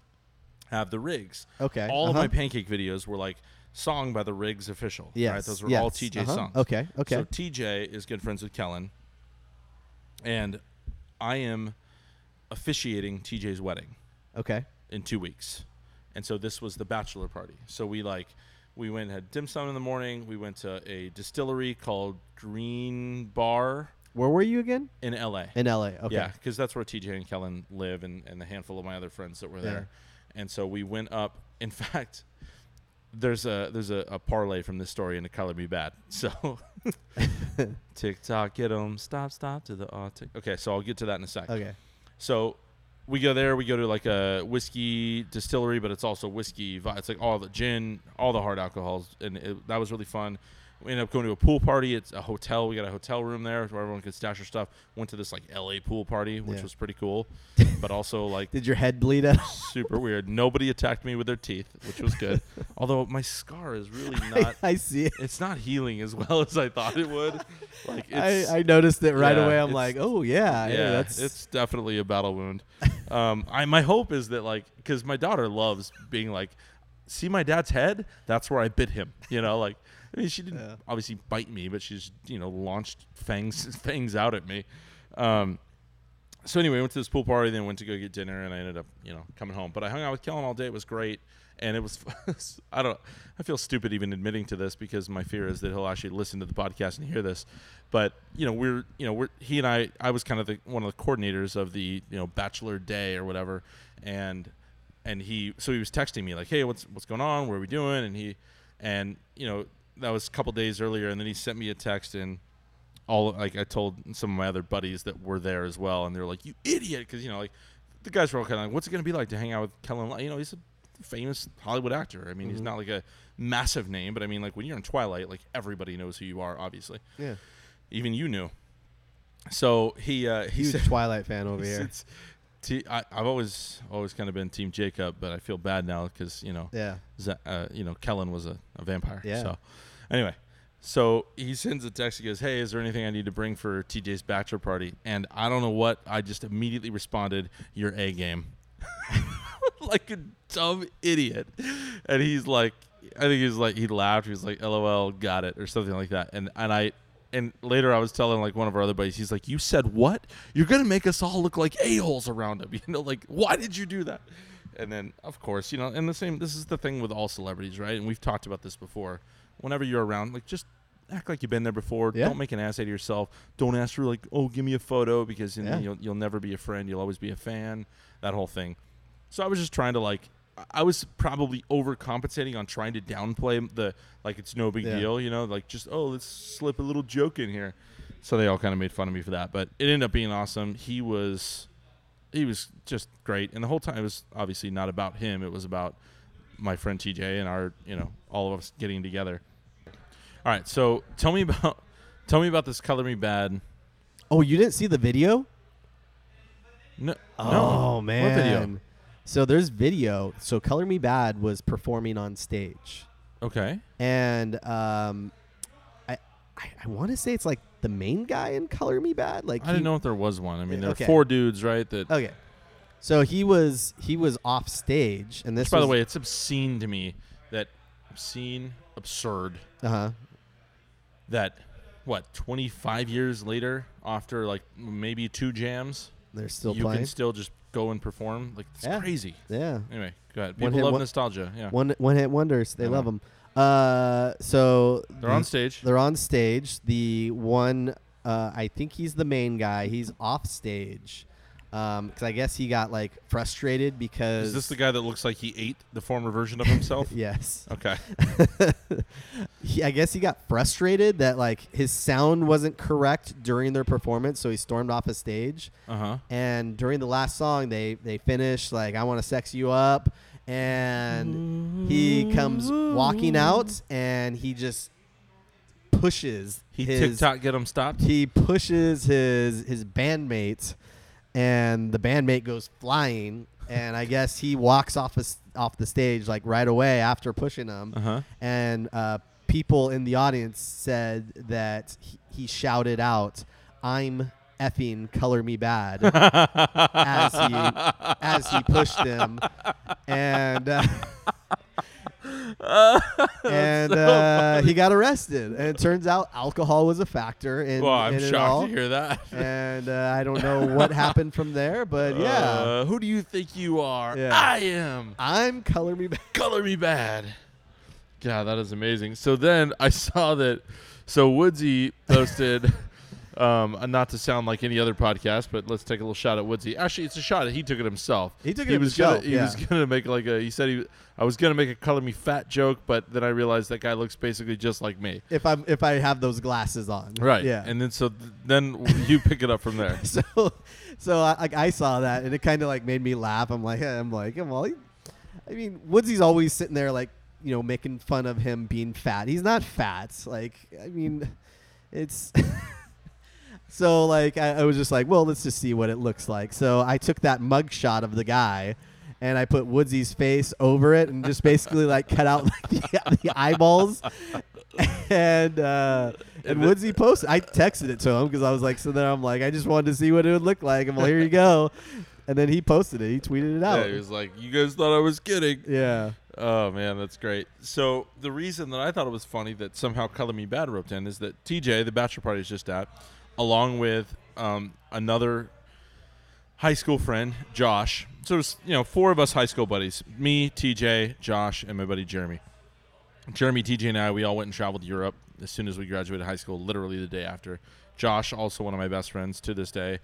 have the rigs.
Okay,
All
uh-huh.
of my pancake videos were like song by the Rigs official.
Yes,
Right. Those were
yes,
all TJ
uh-huh.
songs.
Okay, okay.
So TJ is good friends with Kellen, and I am officiating TJ's wedding
okay.
in two weeks. And so this was the bachelor party. So we like we went and had dim sum in the morning. We went to a distillery called Green Bar
Where were you again?
in LA.
In LA. Okay.
Yeah, because that's where TJ and Kellen live, and, and the handful of my other friends that were there. And so we went up. [LAUGHS] In fact, there's a there's a, a parlay from this story in the Color Me Bad. [LAUGHS] So TikTok, get 'em, stop, stop to the autic. Okay, so I'll get to that in a sec.
Okay.
So we go there. We go to like a whiskey distillery, but it's also whiskey. vi- It's like all the gin, all the hard alcohols, and it, that was really fun. We ended up going to a pool party. It's a hotel. We got a hotel room there where everyone could stash their stuff. Went to this like LA pool party, which
Yeah.
was pretty
[LAUGHS]
cool, but also like
Did your head bleed out?
super weird. Nobody attacked me with their teeth, which was good. Although my scar is really not.
[LAUGHS] I see it.
It's not healing as well as I thought it would.
[LAUGHS]
Like
I,
it's,
I noticed it right
yeah,
away. I'm
it's-
like, oh yeah, yeah.
yeah,
that's
it's definitely a
[LAUGHS]
battle wound. um, I my hope is that like because my daughter loves being like, see my dad's head. That's where I bit him. You know, like I mean, she didn't
Yeah.
obviously bite me, but she's you know launched fangs [LAUGHS] fangs out at me. Um, so anyway, I went to this pool party, then went to go get dinner, and I ended up, you know, coming home. But I hung out with Kellen all day. It was great, and it was. [LAUGHS] I don't. I feel stupid even admitting to this because my fear is that he'll actually listen to the podcast and hear this. But you know, we're you know we're he and I. I was kind of the, one of the coordinators of the you know bachelor day or whatever, and and he so he was texting me like, hey, what's what's going on? What are we doing? And he and you know that was a couple days earlier, and then he sent me a text and all like I told some of my other buddies that were there as well, and they're like, "You idiot!" Because you know, like the guys were all kind of like, "What's it gonna be like to hang out with Kellen?" Li-? You know, he's a famous Hollywood actor. I mean,
Mm-hmm.
he's not like a massive name, but I mean, like when you're in Twilight, like everybody knows who you are, obviously.
yeah.
Even you knew. So he uh, [LAUGHS] he
Huge
said,
Twilight fan over here.
it's, t- I, "I've always always kind of been Team Jacob, but I feel bad now because you know
Yeah.
Z- uh, you know, Kellen was a, a vampire.
Yeah.
So, anyway, so he sends a text. He goes, "Hey, is there anything I need to bring for TJ's bachelor party?" And I don't know what. I just immediately responded, "Your A game," [LAUGHS] like a dumb idiot. And he's like, I think he was like, he laughed. He was like, "LOL, got it," or something like that. And and I. And later, I was telling like one of our other buddies. He's like, "You said what? You're gonna make us all look like a holes around him, [LAUGHS] you know? Like, why did you do that?" and then of course you know and the same this is the thing with all celebrities right and we've talked about this before whenever you're around like just act like you've been there before
Yeah.
don't make an ass out of yourself don't ask for like oh give me a photo because you know,
Yeah.
you'll, you'll never be a friend you'll always be a fan that whole thing so i was just trying to like I- i was probably overcompensating on trying to downplay the like it's no big
Yeah.
deal you know like just oh let's slip a little joke in here so they all kind of made fun of me for that but it ended up being awesome he was he was just great and the whole time it was obviously not about him it was about my friend tj and our you know all of us getting together all right so tell me about tell me about this color me bad
Oh, you didn't see the video?
no
Oh
no.
man.
what video
So there's video. So Color Me Bad was performing on stage.
okay
And um I I, I wanna say it's like the main guy in Color Me Bad. Like
i
he-
didn't know if there was one i mean there
Okay. Oh,
are four dudes right that
Okay. So he was he was off stage and this
which, by the
was-
way it's obscene to me that obscene absurd
uh-huh.
that what 25 years later after like maybe two jams
They're still
you
playing.
can still just go and perform like it's
Yeah.
crazy
yeah.
Anyway, go ahead.
One
People
hit
love
won-
nostalgia. Yeah,
One one hit wonders. They
Yeah.
love 'em. love them. Uh so
they're on stage.
They're on stage. The one, uh, I think he's the main guy. He's off stage because I guess he got like frustrated because.
Is this the guy that looks like he ate the former version
[LAUGHS]
of himself?
Yes.
Okay.
He, I guess he got frustrated that like his sound wasn't correct during their performance, so he stormed off a stage.
Uh huh.
And during the last song, they they finished like "I Want to Sex You Up," and he comes walking out, and he just pushes
He
his
TikTok get him stopped.
he pushes his his bandmate and the bandmate goes flying and I guess he walks off his, off the stage like right away after pushing him.
Uh-huh.
And uh, people in the audience said that he, he shouted out, "I'm effing color me bad," as he as he pushed him, and.
[LAUGHS]
Uh, and uh, he got arrested, and it turns out alcohol was a factor in,
Well, I'm
in it
shocked
all.
to hear that.
And uh, I don't know what happened from there, but yeah,
Uh, who do you think you are?
Yeah.
I am.
I'm color me back.
Color me bad. God, that is amazing. So then I [LAUGHS] saw that. So Woodsy posted, [LAUGHS] um, uh, not to sound like any other podcast, but let's take a little shot at Woodsy. Actually, it's a shot at he took it himself.
He took it
he was gonna-
himself,
he was
yeah.
gonna make like a. He said he. I was gonna make a color me fat joke, but then I realized that guy looks basically just like me.
if I'm if I have those glasses on.
Right.
Yeah.
And then so th- then you pick it up
[LAUGHS]
from there.
so so I, like I saw that and it kind of like made me laugh. I'm like [LAUGHS] I'm like I'm all, I mean Woodsy's always sitting there like you know making fun of him being fat. He's not fat. Like I mean, it's. So like I, I was just like, well, let's just see what it looks like. So I took that mug shot of the guy, and I put Woodsy's face over it, and just basically like cut out like, the, [LAUGHS] the eyeballs, and uh, and Woodsy posted. I texted it to him because I was like, so then I'm like, I just wanted to see what it would look like. I'm like, here you go, and then he posted it. He tweeted it
Yeah, he
out.
was like, "You guys thought I was kidding."
Yeah.
Oh man, that's great. So the reason that I thought it was funny that somehow Color Me Bad roped in is that TJ, the bachelor party is just at, along with um, another high school friend, Josh. So there's you know four of us high school buddies: me, TJ, Josh, and my buddy Jeremy. Jeremy, TJ, and I, we all went and traveled to Europe as soon as we graduated high school, literally the day after. Josh, also one of my best friends to this day.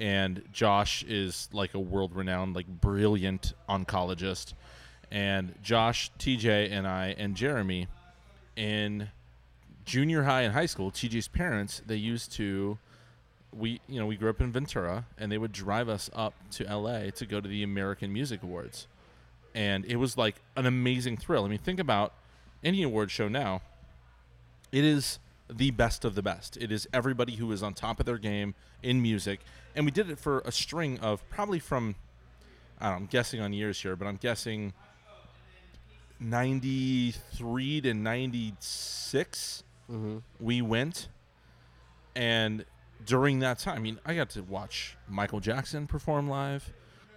And Josh is like a world renowned, like brilliant oncologist. And Josh, TJ, and I, and Jeremy, in junior high and high school, TJ's parents, they used to. We, you know, we grew up in Ventura, and they would drive us up to LA to go to the American Music Awards and it was like an amazing thrill. I mean, think about any award show now. It is the best of the best. It is everybody who is on top of their game in music, and we did it for a string of probably from I don't know, I'm guessing on years here, but I'm guessing 93 to 96 we went and during that time, I mean, I got to watch Michael Jackson perform live,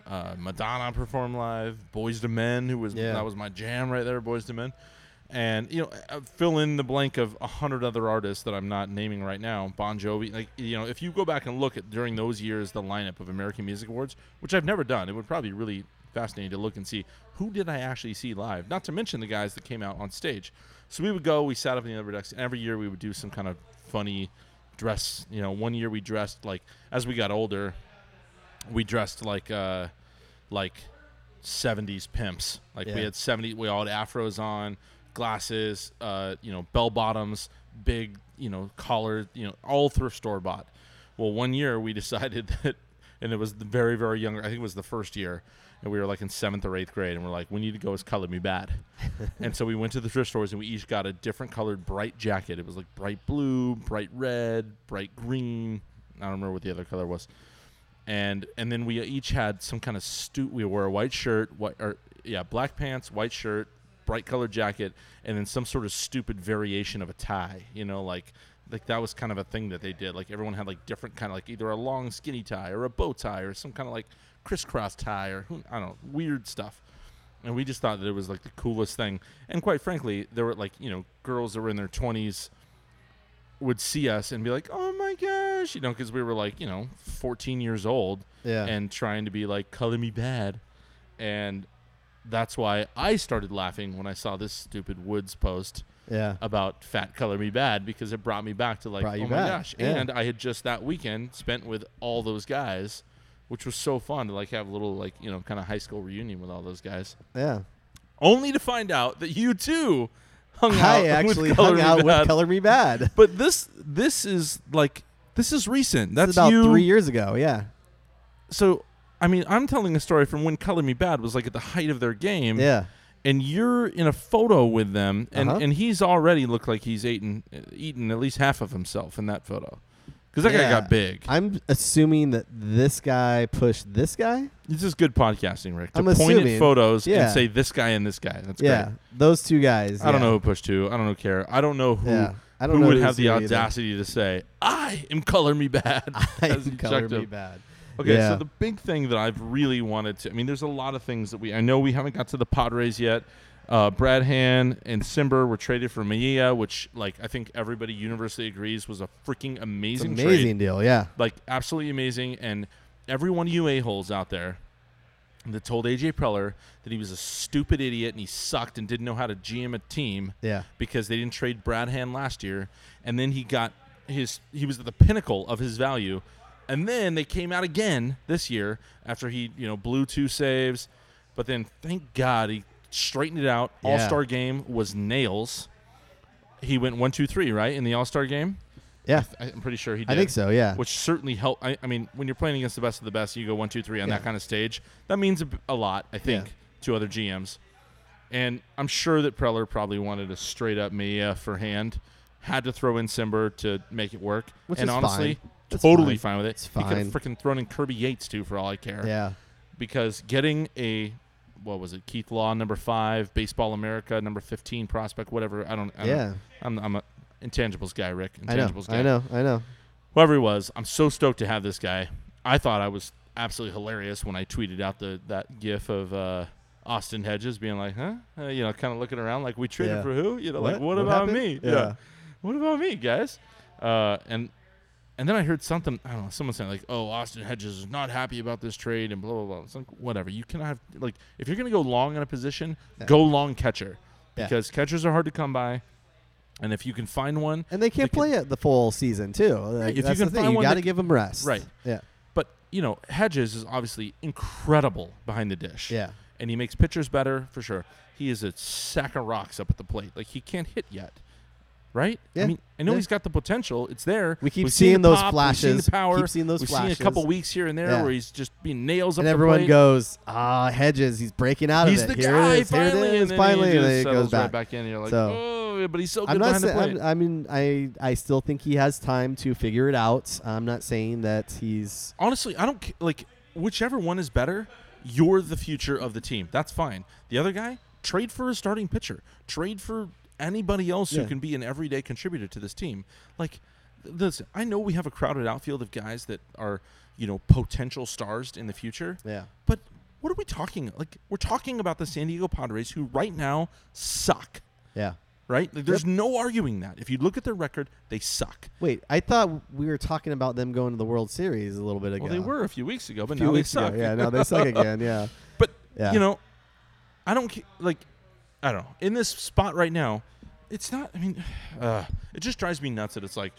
uh, Madonna perform live, Boys to Men, who was
Yeah.
that was my jam right there, Boys to Men, and you know, uh, fill in the blank of a hundred other artists that I'm not naming right now, Bon Jovi. Like you know, if you go back and look at during those years the lineup of American Music Awards, which I've never done, it would probably be really fascinating to look and see who did I actually see live. Not to mention the guys that came out on stage. So we would go, we sat up in the upper decks, and every year we would do some kind of funny dress. You know, one year we dressed like as we got older, we dressed like uh, like '70s pimps. Like we
Yeah.
had '70, we all had afros on, glasses, uh, you know, bell bottoms, big, you know, collar, you know, all thrift store bought. Well, one year we [LAUGHS] decided that, and it was the very, very young. I think it was the first year, and we were like in seventh or eighth grade, and we're like, we need to go as color me bad. and so we went to the thrift stores and we each got a different colored bright jacket. It was like bright blue, bright red, bright green. I don't remember what the other color was. And and then we each had some kind of stu. We wore a white shirt, white or yeah, black pants, white shirt, bright colored jacket, and then some sort of stupid variation of a tie. You know, like like that was kind of a thing that they did. Like everyone had like different kind of like either a long skinny tie or a bow tie or some kind of like crisscross tie or who, I don't know, weird stuff and we just thought that it was like the coolest thing. And quite frankly, there were like you know girls that were in their twenties would see us and be like, "Oh my gosh," you know, because we were like you know fourteen years old
Yeah.
and trying to be like color me bad, and that's why I started laughing when I saw this stupid Woods post
yeah.
about fat color me bad because it brought me back to like
Brought
oh
you
my
back,
gosh
yeah.
and i had just that weekend spent with all those guys which was so fun to like have a little like you know kind of high school reunion with all those guys
Yeah.
only to find out that you too hung out [LAUGHS]
I actually
with Color
hung
Me
out
Bad.
with Color Me Bad.
But this this is like this is recent. That's
That's about
you.
three years ago. Yeah.
So I mean, I'm telling a story from when Color Me Bad was like at the height of their game.
Yeah.
And you're in a photo with them, and,
Uh-huh.
uh, and he's already looked like he's eaten eaten at least half of himself in that photo, because that guy
Yeah.
got big.
I'm assuming that this guy pushed this guy.
It's just good podcasting, Rick. To
I'm
point
assuming.
at photos
Yeah.
and say this guy and this guy. That's
yeah,
great.
those two guys.
I don't
yeah.
know who pushed who. I don't care. I don't know who
Yeah, I don't
who
know
would
who's
have the
who either.
audacity to say, I am color
[LAUGHS]
me bad. [LAUGHS] as
I'm
he
color
chucked
me
him.
bad.
Okay,
Yeah.
so the big thing that I've really wanted to, I mean, there's a lot of things that we, I know we haven't got to the Padres yet. Uh, Brad Han and Simber were traded for Mejia, which, like, I think everybody universally agrees was a freaking
It's
amazing,
amazing
trade.
deal. Yeah.
Like, absolutely amazing. And every one of you a-holes out there that told AJ Preller that he was a stupid idiot and he sucked and didn't know how to GM a team
Yeah.
because they didn't trade Brad Hand last year, and then he got his he was at the pinnacle of his value, and then they came out again this year after he you know blew two saves, but then thank God he straightened it out.
Yeah.
All Star game was nails. He went one two three right in the All Star game.
Yeah.
I- I'm pretty sure he did.
I think so. Yeah.
Which certainly helped. I, I mean, when you're playing against the best of the best, you go one, two, three on
Yeah.
that kind of stage. That means a, b- a lot, I think,
Yeah.
to other GMs. And I'm sure that Preller probably wanted a straight up Mia for hand, had to throw in Simber to make it work.
Which
and
is
honestly,
fine. That's
totally
fine.
fine. with it.
It's
He could
fine.
have freaking thrown in Kirby Yates too, for all I care.
Yeah.
Because getting a what was it? Keith Law, number five, Baseball America, number fifteen prospect, whatever. I don't. I don't
Yeah.
I'm, I'm a intangibles guy, Rick.
I know.
Intangibles guy
I know. I know.
whoever he was, I'm so stoked to have this guy. I thought I was absolutely hilarious when I tweeted out the that GIF of uh, Austin Hedges being like, "Huh?" Uh, you know, kind of looking around like, "We traded
Yeah.
for who?" You know, like,
What?
"What,
What
about
happened?"
me?"
Yeah.
what about me, guys? Uh, and and then I heard something. I don't know. Someone saying like, "Oh, Austin Hedges is not happy about this trade," and blah blah blah. It's like whatever. You cannot have like if you're gonna go long in a position,
Yeah.
go long catcher
Yeah.
because catchers are hard to come by. And if you can find one,
And they can't
They
play it the full season too. Like,
if you
that's
can
the thing.
find
You
one
got to
that-
give them rest.
Right.
Yeah.
But you know, Hedges is obviously incredible behind the dish.
Yeah.
And he makes pitchers better for sure. He is a sack of rocks up at the plate. Like he can't hit yet. Right?
Yeah.
I mean, I know
Yeah.
he's got the potential. It's there.
We keep
We've seen
seeing
the
those
pop, we've seen the
flashes.
power.
Keep seeing those
We've
flashes.
seen a couple weeks here and there
Yeah.
where he's just being nails up
and
the
everyone
plate.
goes, ah, Hedges, he's breaking out
He's
of
the
it.
guy
Here it is.
finally.
Here it is.
and then
finally, and
he just
then it goes
settles
back.
right back in. And you're like,
So-
oh, yeah, but he's so good
I'm not
behind the
saying.
plate.
I'm- I mean, I I still think he has time to figure it out. I'm not saying that he's.
honestly, I don't ca- like whichever one is better. You're the future of the team. That's fine. The other guy, trade for a starting pitcher. Trade for anybody else
Yeah.
who can be an everyday contributor to this team. Like, th- listen, I know we have a crowded outfield of guys that are, you know, potential stars in the future.
Yeah.
But what are we talking? Like, we're talking about the San Diego Padres, who right now suck.
Yeah.
Right? Like, there's no arguing that. If you look at their record, they suck.
Wait, I thought we were talking about them going to the World Series a little bit ago.
Well, they were a few weeks ago,
a
but
few
now
weeks
they suck.
ago. Yeah. Now they
[LAUGHS]
suck again. Yeah.
But
Yeah.
you know, I don't ca- like. I don't know. In this spot right now, it's not. I mean, [SIGHS] uh, it just drives me nuts that it's like,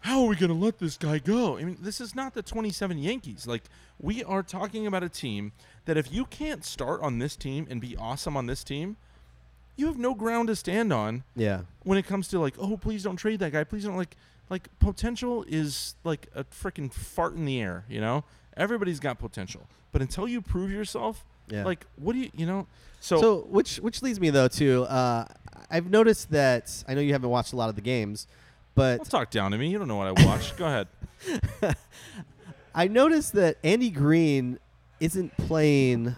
how are we gonna let this guy go? I mean, this is not the 27 Yankees. Like, we are talking about a team that if you can't start on this team and be awesome on this team, you have no ground to stand on
Yeah.
when it comes to like, oh, please don't trade that guy. Please don't like, like potential is like a freaking fart in the air. You know, everybody's got potential, but until you prove yourself,
Yeah.
like, what do you, you know? So,
So which which leads me though to uh, I've noticed that I know you haven't watched a lot of the games, but
don't talk down to me. You don't know what
[COUGHS]
I watch. Go ahead.
I noticed that Andy Green isn't playing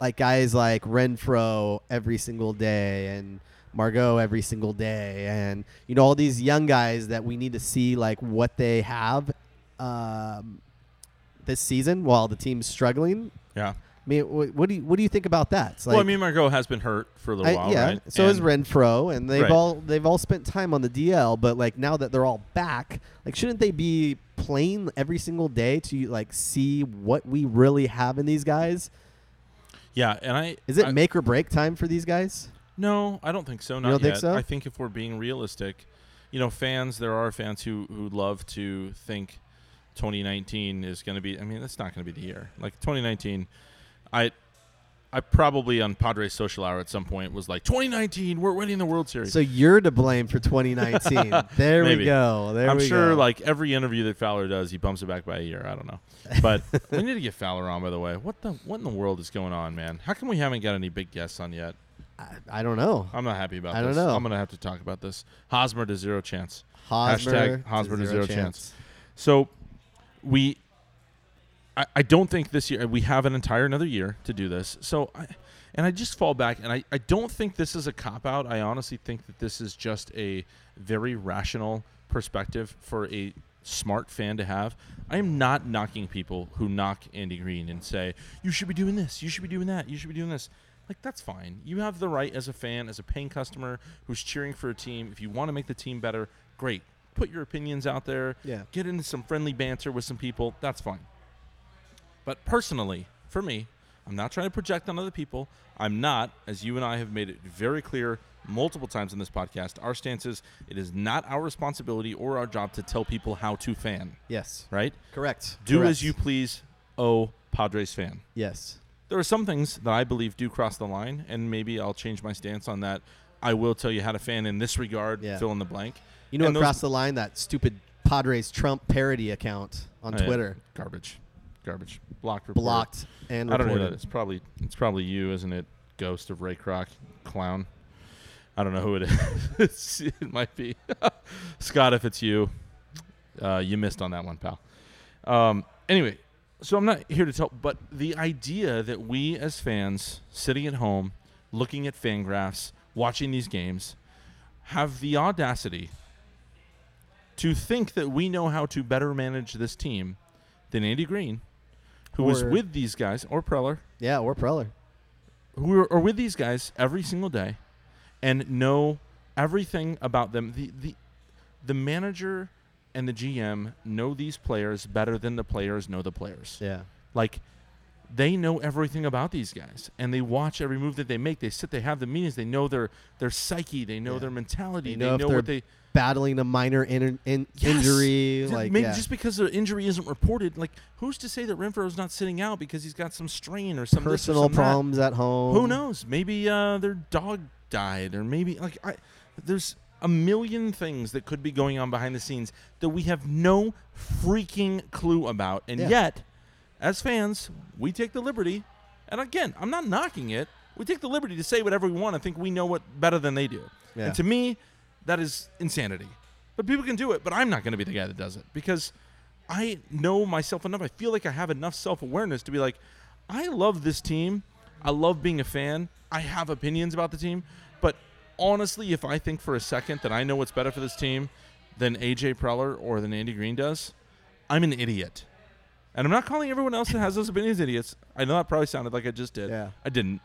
like guys like Renfro every single day and Margot every single day and you know all these young guys that we need to see like what they have um, this season while the team's struggling.
Yeah.
I mean, wh- what do you what do you think about that? It's
well, I
like-
mean, Margot has been hurt for a little
I-
while,
yeah.
right?
So is
And-
Renfro, and they've
Right.
all they've all spent time on the DL. But like now that they're all back, like shouldn't they be playing every single day to like see what we really have in these guys?
Yeah, and I
Is it
I-
make or break time for these guys?
No, I don't think so. Not
don't
yet.
think so?
I think if we're being realistic, you know, fans, there are fans who who love to think 2019 is going to be. I mean, that's not going to be the year. Like 2019, I. I probably on Padres social hour at some point was like 2019, we're winning the World Series.
So you're to blame for
[LAUGHS]
2019. there we
Maybe.
go. There
I'm
we
sure
go.
like every interview that Fowler does, he bumps it back by a year. I don't know,
[LAUGHS]
but we need to get Fowler on. By the way, what the what in the world is going on, man? How come we haven't got any big guests on yet?
I, I don't know.
I'm not happy about
I don't
this.
know.
I'm gonna have to talk about this. Hosmer to zero chance.
Hosmer
Hashtag Hosmer to zero chance. So we I, I don't think this year we have an entire another year to do this. So I and I just fall back and I, I don't think this is a cop out. I honestly think that this is just a very rational perspective for a smart fan to have. I am not knocking people who knock Andy Green and say, You should be doing this, you should be doing that, you should be doing this. Like that's fine. You have the right as a fan, as a paying customer who's cheering for a team. If you want to make the team better, great. Put your opinions out there
Yeah.
get into some friendly banter with some people. That's fine. But personally, for me, I'm not trying to project on other people. I'm not, as you and I have made it very clear multiple times in this podcast, our stance is it is not our responsibility or our job to tell people how to fan,
Yes.
right?
Correct.
Do
Correct.
as you please, oh Padres fan.
Yes.
There are some things that I believe do cross the line, and maybe I'll change my stance on that. I will tell you how to fan in this regard,
Yeah.
fill in the blank.
You know
And
what
those-
crossed the line? That stupid Padres Trump parody account on
Oh, yeah.
Twitter.
Garbage. Garbage. Blocked. reported.
Blocked and
I don't
reported.
know who that is. Probably it's probably you, isn't it? Ghost of Ray Kroc, clown. I don't know who it [LAUGHS] is. it might be [LAUGHS] Scott. If it's you, uh, you missed on that one, pal. Um, anyway, so I'm not here to tell, but the idea that we as fans sitting at home, looking at fan graphs, watching these games, have the audacity to think that we know how to better manage this team than Andy Green, who was
Or-
with these guys, or Preller,
Yeah, or Preller.
who are, are with these guys every single day and know everything about them. The, the, the manager and the GM know these players better than the players know the players.
Yeah.
Like they know everything about these guys and they watch every move that they make. They sit, they have the meetings, they know their their psyche, they know
Yeah.
their mentality,
They know if
what
they're
they
Battling a minor in, in,
Yes.
injury.
Ju-
Like,
maybe
yeah.
just because the injury isn't reported, like who's to say that Renfro's not sitting out because he's got some strain or some this or
personal
some that?
problems at home.
Who knows? Maybe uh, their dog died, or maybe like I, there's a million things that could be going on behind the scenes that we have no freaking clue about, and
Yeah.
yet, as fans, we take the liberty. And again, I'm not knocking it. We take the liberty to say whatever we want and think we know what better than they do.
Yeah.
And to me, that is insanity. But people can do it, but I'm not going to be the guy that does it because I know myself enough. I feel like I have enough self awareness to be like, I love this team. I love being a fan. I have opinions about the team. But honestly, if I think for a second that I know what's better for this team than AJ Preller or than Andy Green does, I'm an idiot. And I'm not calling everyone else that has those opinions idiots. I know that probably sounded like I just did.
Yeah.
I didn't.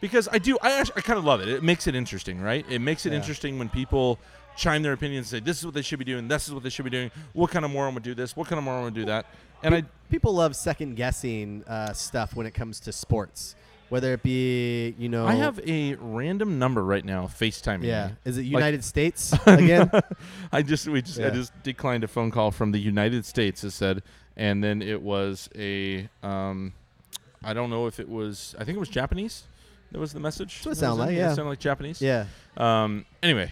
Because I do, I actually, I kind of love it. It makes it interesting, right? It makes it
Yeah.
interesting when people chime their opinions and say, this is what they should be doing, this is what they should be doing, what kind of moron would do this, what kind of moron would do that. And I,
People love second guessing uh, stuff when it comes to sports, whether it be you know.
I have a random number right now, FaceTiming.
Yeah.
me.
Is it
Like-
United
[LAUGHS]
States again?
I just we just I
Yeah.
just declined a phone call from the United States. It said, and then it was a um, I don't know if it was I think it was Japanese. That was the message.
That's what it
that was
sound
in.
like, yeah.
it sounded like Japanese.
yeah.
Um. Anyway,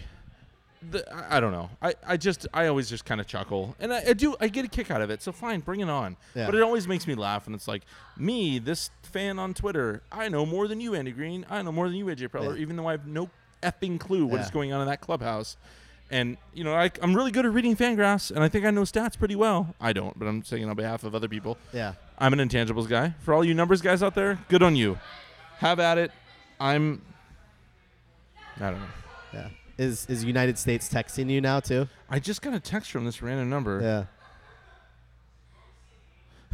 the, I, I don't know. I, I just I always just kind of chuckle, and I, I do I get a kick out of it. So fine, bring it on.
Yeah.
But it always makes me laugh, and it's like me, this fan on Twitter. I know more than you, Andy Green. I know more than you, AJ Preller,
Yeah.
even though I have no effing clue what is
Yeah.
going on in that clubhouse. And you know, I, I'm really good at reading fan graphs, and I think I know stats pretty well. I don't, but I'm saying on behalf of other people.
Yeah.
I'm an intangibles guy. For all you numbers guys out there, good on you. Have at it. I'm. I don't know.
Yeah. Is is United States texting you now too?
I just got a text from this random number.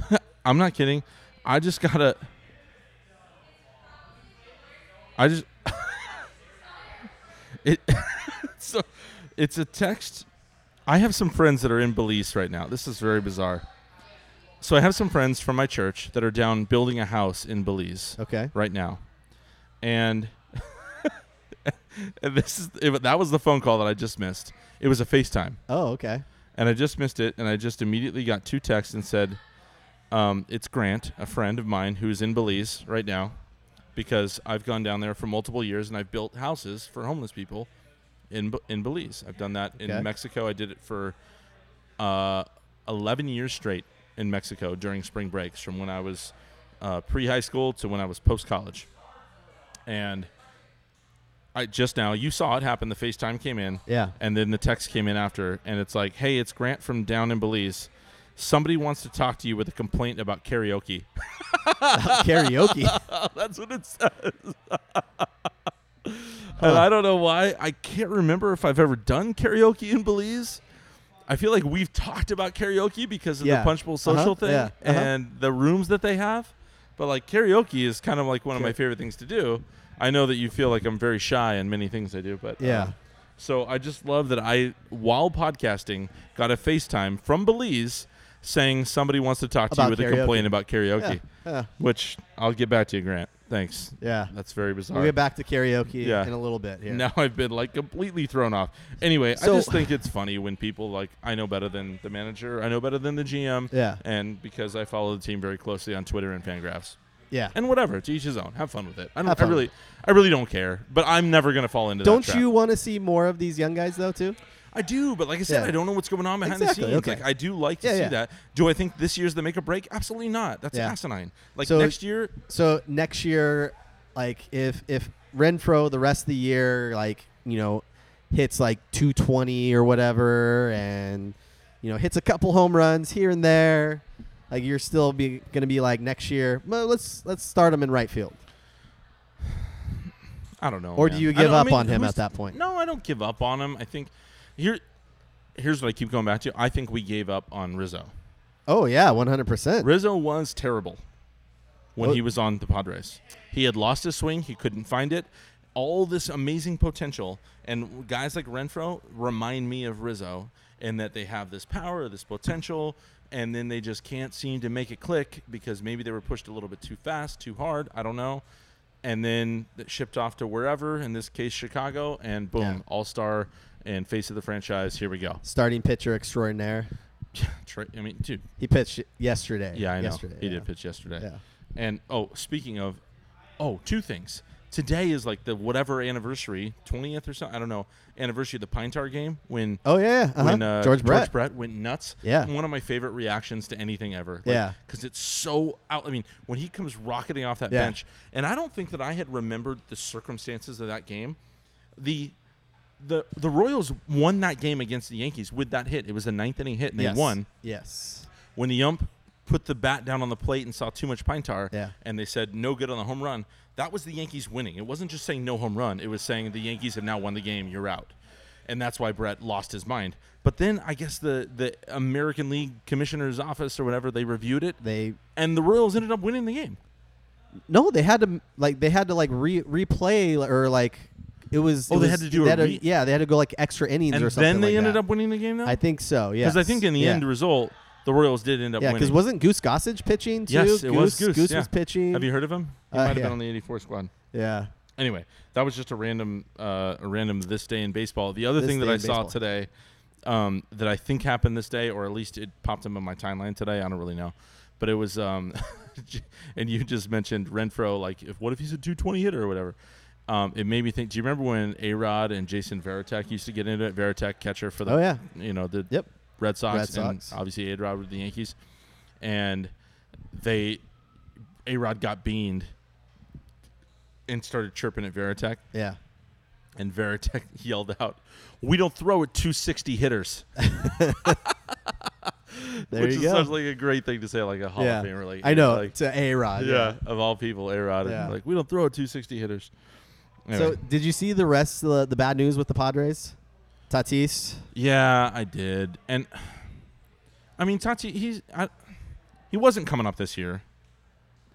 Yeah.
I'm not kidding. I just got a. I just. [LAUGHS] it. [LAUGHS] so, it's a text. I have some friends that are in Belize right now. This is very bizarre. So I have some friends from my church that are down building a house in Belize.
Okay.
right now, and [LAUGHS] and this is it, that was the phone call that I just missed. It was a FaceTime,
Oh, okay.
and I just missed it, and I just immediately got two texts and said, um, "It's Grant, a friend of mine who's in Belize right now, because I've gone down there for multiple years and I've built houses for homeless people in B- in Belize. I've done that
Okay.
in Mexico. I did it for uh, 11 years straight in Mexico during spring breaks, from when I was uh, pre high school to when I was post college, and I just now you saw it happen. The FaceTime came in. [LAUGHS]
Yeah.
And then the text came in after, and it's like, "Hey, it's Grant from down in Belize. Somebody wants to talk to you with a complaint about karaoke."
karaoke.
[LAUGHS] That's what it says. and I don't know why. I can't remember if I've ever done karaoke in Belize. I feel like we've talked about karaoke because of
Yeah.
the Punchbowl
Uh-huh,
social thing
yeah, uh-huh.
and the rooms that they have. But like karaoke is kind of like one of my
Kara-
favorite things to do. I know that you feel like I'm very shy in many things I do, but
Yeah.
um, so I just love that I, while podcasting, got a FaceTime from Belize saying somebody wants to talk to
About
you with
karaoke.
a complaint about karaoke.
[LAUGHS] Yeah, yeah.
Which I'll get back to you, Grant. Thanks.
Yeah.
That's very bizarre.
We'll get back to karaoke
Yeah.
in a little bit here.
Now [LAUGHS] I've been like completely thrown off. Anyway,
So-
I just think it's funny when people like I know better than the manager, I know better than the GM,
Yeah.
and because I follow the team very closely on Twitter and Fangraphs.
Yeah.
And whatever, to each his own. Have fun with it. I
Have
don't I
fun.
really I really don't care, but I'm never going to fall into that
Don't
trap.
you want to see more of these young guys though too?
I do, but like I said,
Yeah.
I don't know what's going on behind
Exactly,
the scenes.
okay.
Like I do like to
Yeah,
see
yeah.
that. Do I think this year's the make or break? Absolutely not. That's
Yeah.
asinine. Like
So-
next year,
So next year, like if if Renfro the rest of the year, like you know, hits like 220 or whatever, and you know hits a couple home runs here and there, like you're still be gonna be like next year. Well, let's let's start him in right field.
I don't know.
Or do
man.
you
Oh, I
give
don't- I
up
mean,
on him
who's-
at that point?
No, I don't give up on him. I think here, here's what I keep going back to. I think we gave up on Rizzo.
Oh yeah, 100. percent
Rizzo was terrible when
Oh.
he was on the Padres. He had lost his swing. He couldn't find it. All this amazing potential, and guys like Renfro remind me of Rizzo in that they have this power, this potential, and then they just can't seem to make it click because maybe they were pushed a little bit too fast, too hard. I don't know. And then th- shipped off to wherever, in this case, Chicago, and boom,
Yeah.
all star and face of the franchise. Here we go. [LAUGHS]
Starting pitcher extraordinaire.
Tra- I mean, dude,
He pitched yesterday.
yeah, I know.
Yesterday,
he
yeah.
did pitch yesterday.
Yeah.
And oh, speaking of, oh, two things. Today is like the whatever anniversary, twentieth or something. I don't know anniversary of the Pine Tar game when
Oh yeah, uh-huh.
when uh,
George Brett.
went nuts.
Yeah.
one of my favorite reactions to anything ever. Like,
Yeah.
because it's so out. I mean, when he comes rocketing off that
Yeah.
bench, and I don't think that I had remembered the circumstances of that game. The the the Royals won that game against the Yankees with that hit. It was a ninth inning hit, and
Yes.
they won
Yes.
when the ump put the bat down on the plate and saw too much pine tar
Yeah.
and they said no good on the home run that was the yankees winning it wasn't just saying no home run it was saying the yankees have now won the game you're out and that's why brett lost his mind but then i guess the, the american league commissioner's office or whatever they reviewed it
They
and the royals ended up winning the game
No, they had to like they had to like re- replay or like it was.
Oh,
it
they
was-
had to do a
had
re-
yeah, they had to go like extra innings
and
or something.
then they
like
ended
that.
up winning the game though
I think so. Yeah,
because I think in the
yeah.
end result the royals did end up
yeah, because
winning
wasn't Goose Gossage pitching too?
yes it was goose yeah.
was pitching.
have you heard of him he
Uh,
might have
yeah.
been on the 84 squad
yeah,
anyway, that was just a random, uh, a random this day in baseball. The other
This
thing that
day
I
in
saw
baseball.
today, um, that I think happened this day, or at least it popped up on my timeline today. I don't really know, but it was, um, [LAUGHS] and you just mentioned Renfro. Like, if what if he's a two twenty hitter or whatever? Um, it made me think. Do you remember when A Rod and Jason Veritek used to get into it? Veritek catcher for the,
Oh, yeah.
you know the
Yep.
Red Sox,
Red
and
Sox.
obviously A Rod with the Yankees, and they A Rod got beaned and started chirping at Veritek,
yeah.
and Veritek [LAUGHS] yelled out, "We don't throw at 260 hitters," [LAUGHS]
There
which
you
is
go.
such like a great thing to say, like a Hall
yeah,
of Famer. Like
I know
like,
to A Rod.
yeah, of all people, A Rod,
Yeah.
like we don't throw at 260 hitters.
So
Anyway.
did you see the rest of the, the bad news with the Padres? Tatis.
yeah, I did, and [SIGHS] I mean Tati, he's I, he wasn't coming up this year.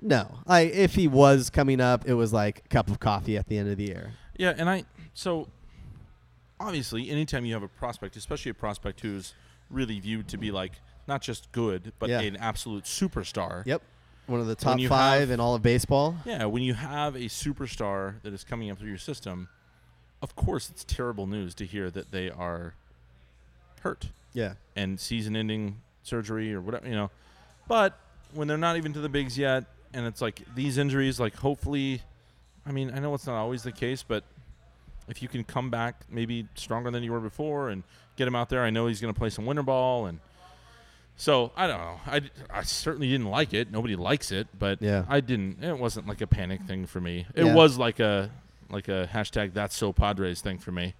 No, like if he was coming up, it was like a cup of coffee at the end of the year.
Yeah, and I so obviously anytime you have a prospect, especially a prospect who's really viewed to be like not just good, but
Yeah.
an absolute superstar.
Yep, one of the top
you
five
have-
in all of baseball.
Yeah, when you have a superstar that is coming up through your system, of course it's terrible news to hear that they are hurt
Yeah.
and season ending surgery or whatever, you know. But when they're not even to the bigs yet and it's like these injuries like hopefully I mean, I know it's not always the case, but if you can come back maybe stronger than you were before and get him out there, I know he's going to play some winter ball and so I don't know. I, d- I certainly didn't like it. Nobody likes it, but
Yeah.
I didn't. It wasn't like a panic thing for me. It
Yeah.
was like a like a hashtag that's so Padres thing for me.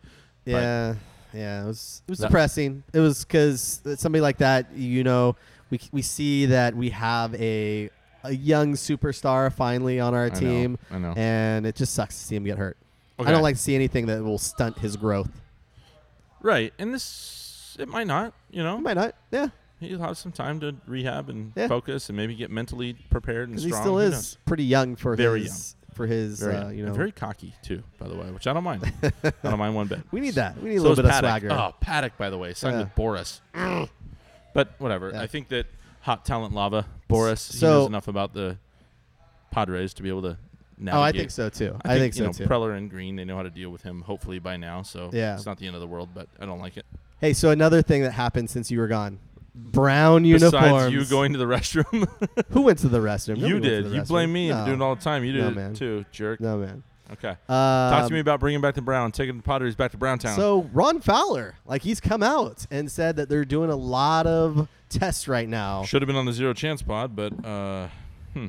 But-
Yeah, yeah. It was it was
That-
depressing. It was because somebody like that, you know, we we see that we have a a young superstar finally on our
know,
team,
I know.
and it just sucks to see him get hurt. I
Okay.
don't like to see anything that will stunt his growth.
Right, and this it might not. You know,
He might not. Yeah,
he'll have some time to rehab and
Yeah.
focus, and maybe get mentally prepared and
because he
strong.
still
Who
is
knows?
pretty young for
Very
his for his
Very,
uh, you know.
very cocky too, by the way, which I don't mind.
[LAUGHS]
I don't mind one bit.
we need that. We need a
So
little bit
is Paddock.
of swagger.
Oh, Paddock, by the way, signed
Yeah.
with Boris. but whatever.
Yeah.
I think that hot talent lava Boris. he
So-
knows enough about the Padres to be able to. Navigate.
Oh, I think so too. I, think,
you know,
so too.
Preller and Green, they know how to deal with him. Hopefully by now, so
Yeah.
it's not the end of the world. But I don't like it.
hey, so another thing that happened since you were gone. Brown uniforms.
Besides you going to the restroom, [LAUGHS]
Who went to the restroom? Nobody
you
went to
did.
the
You
restroom.
blame me.
No.
I'm doing it all the time. You
No,
did
man.
it too, jerk.
No man.
Okay.
Um,
Talk to me about bringing back the Brown, taking the Potters back to Browntown.
So Ron Fowler, like he's come out and said that they're doing a lot of tests right now.
Should have been on the zero chance pod, but uh, hmm.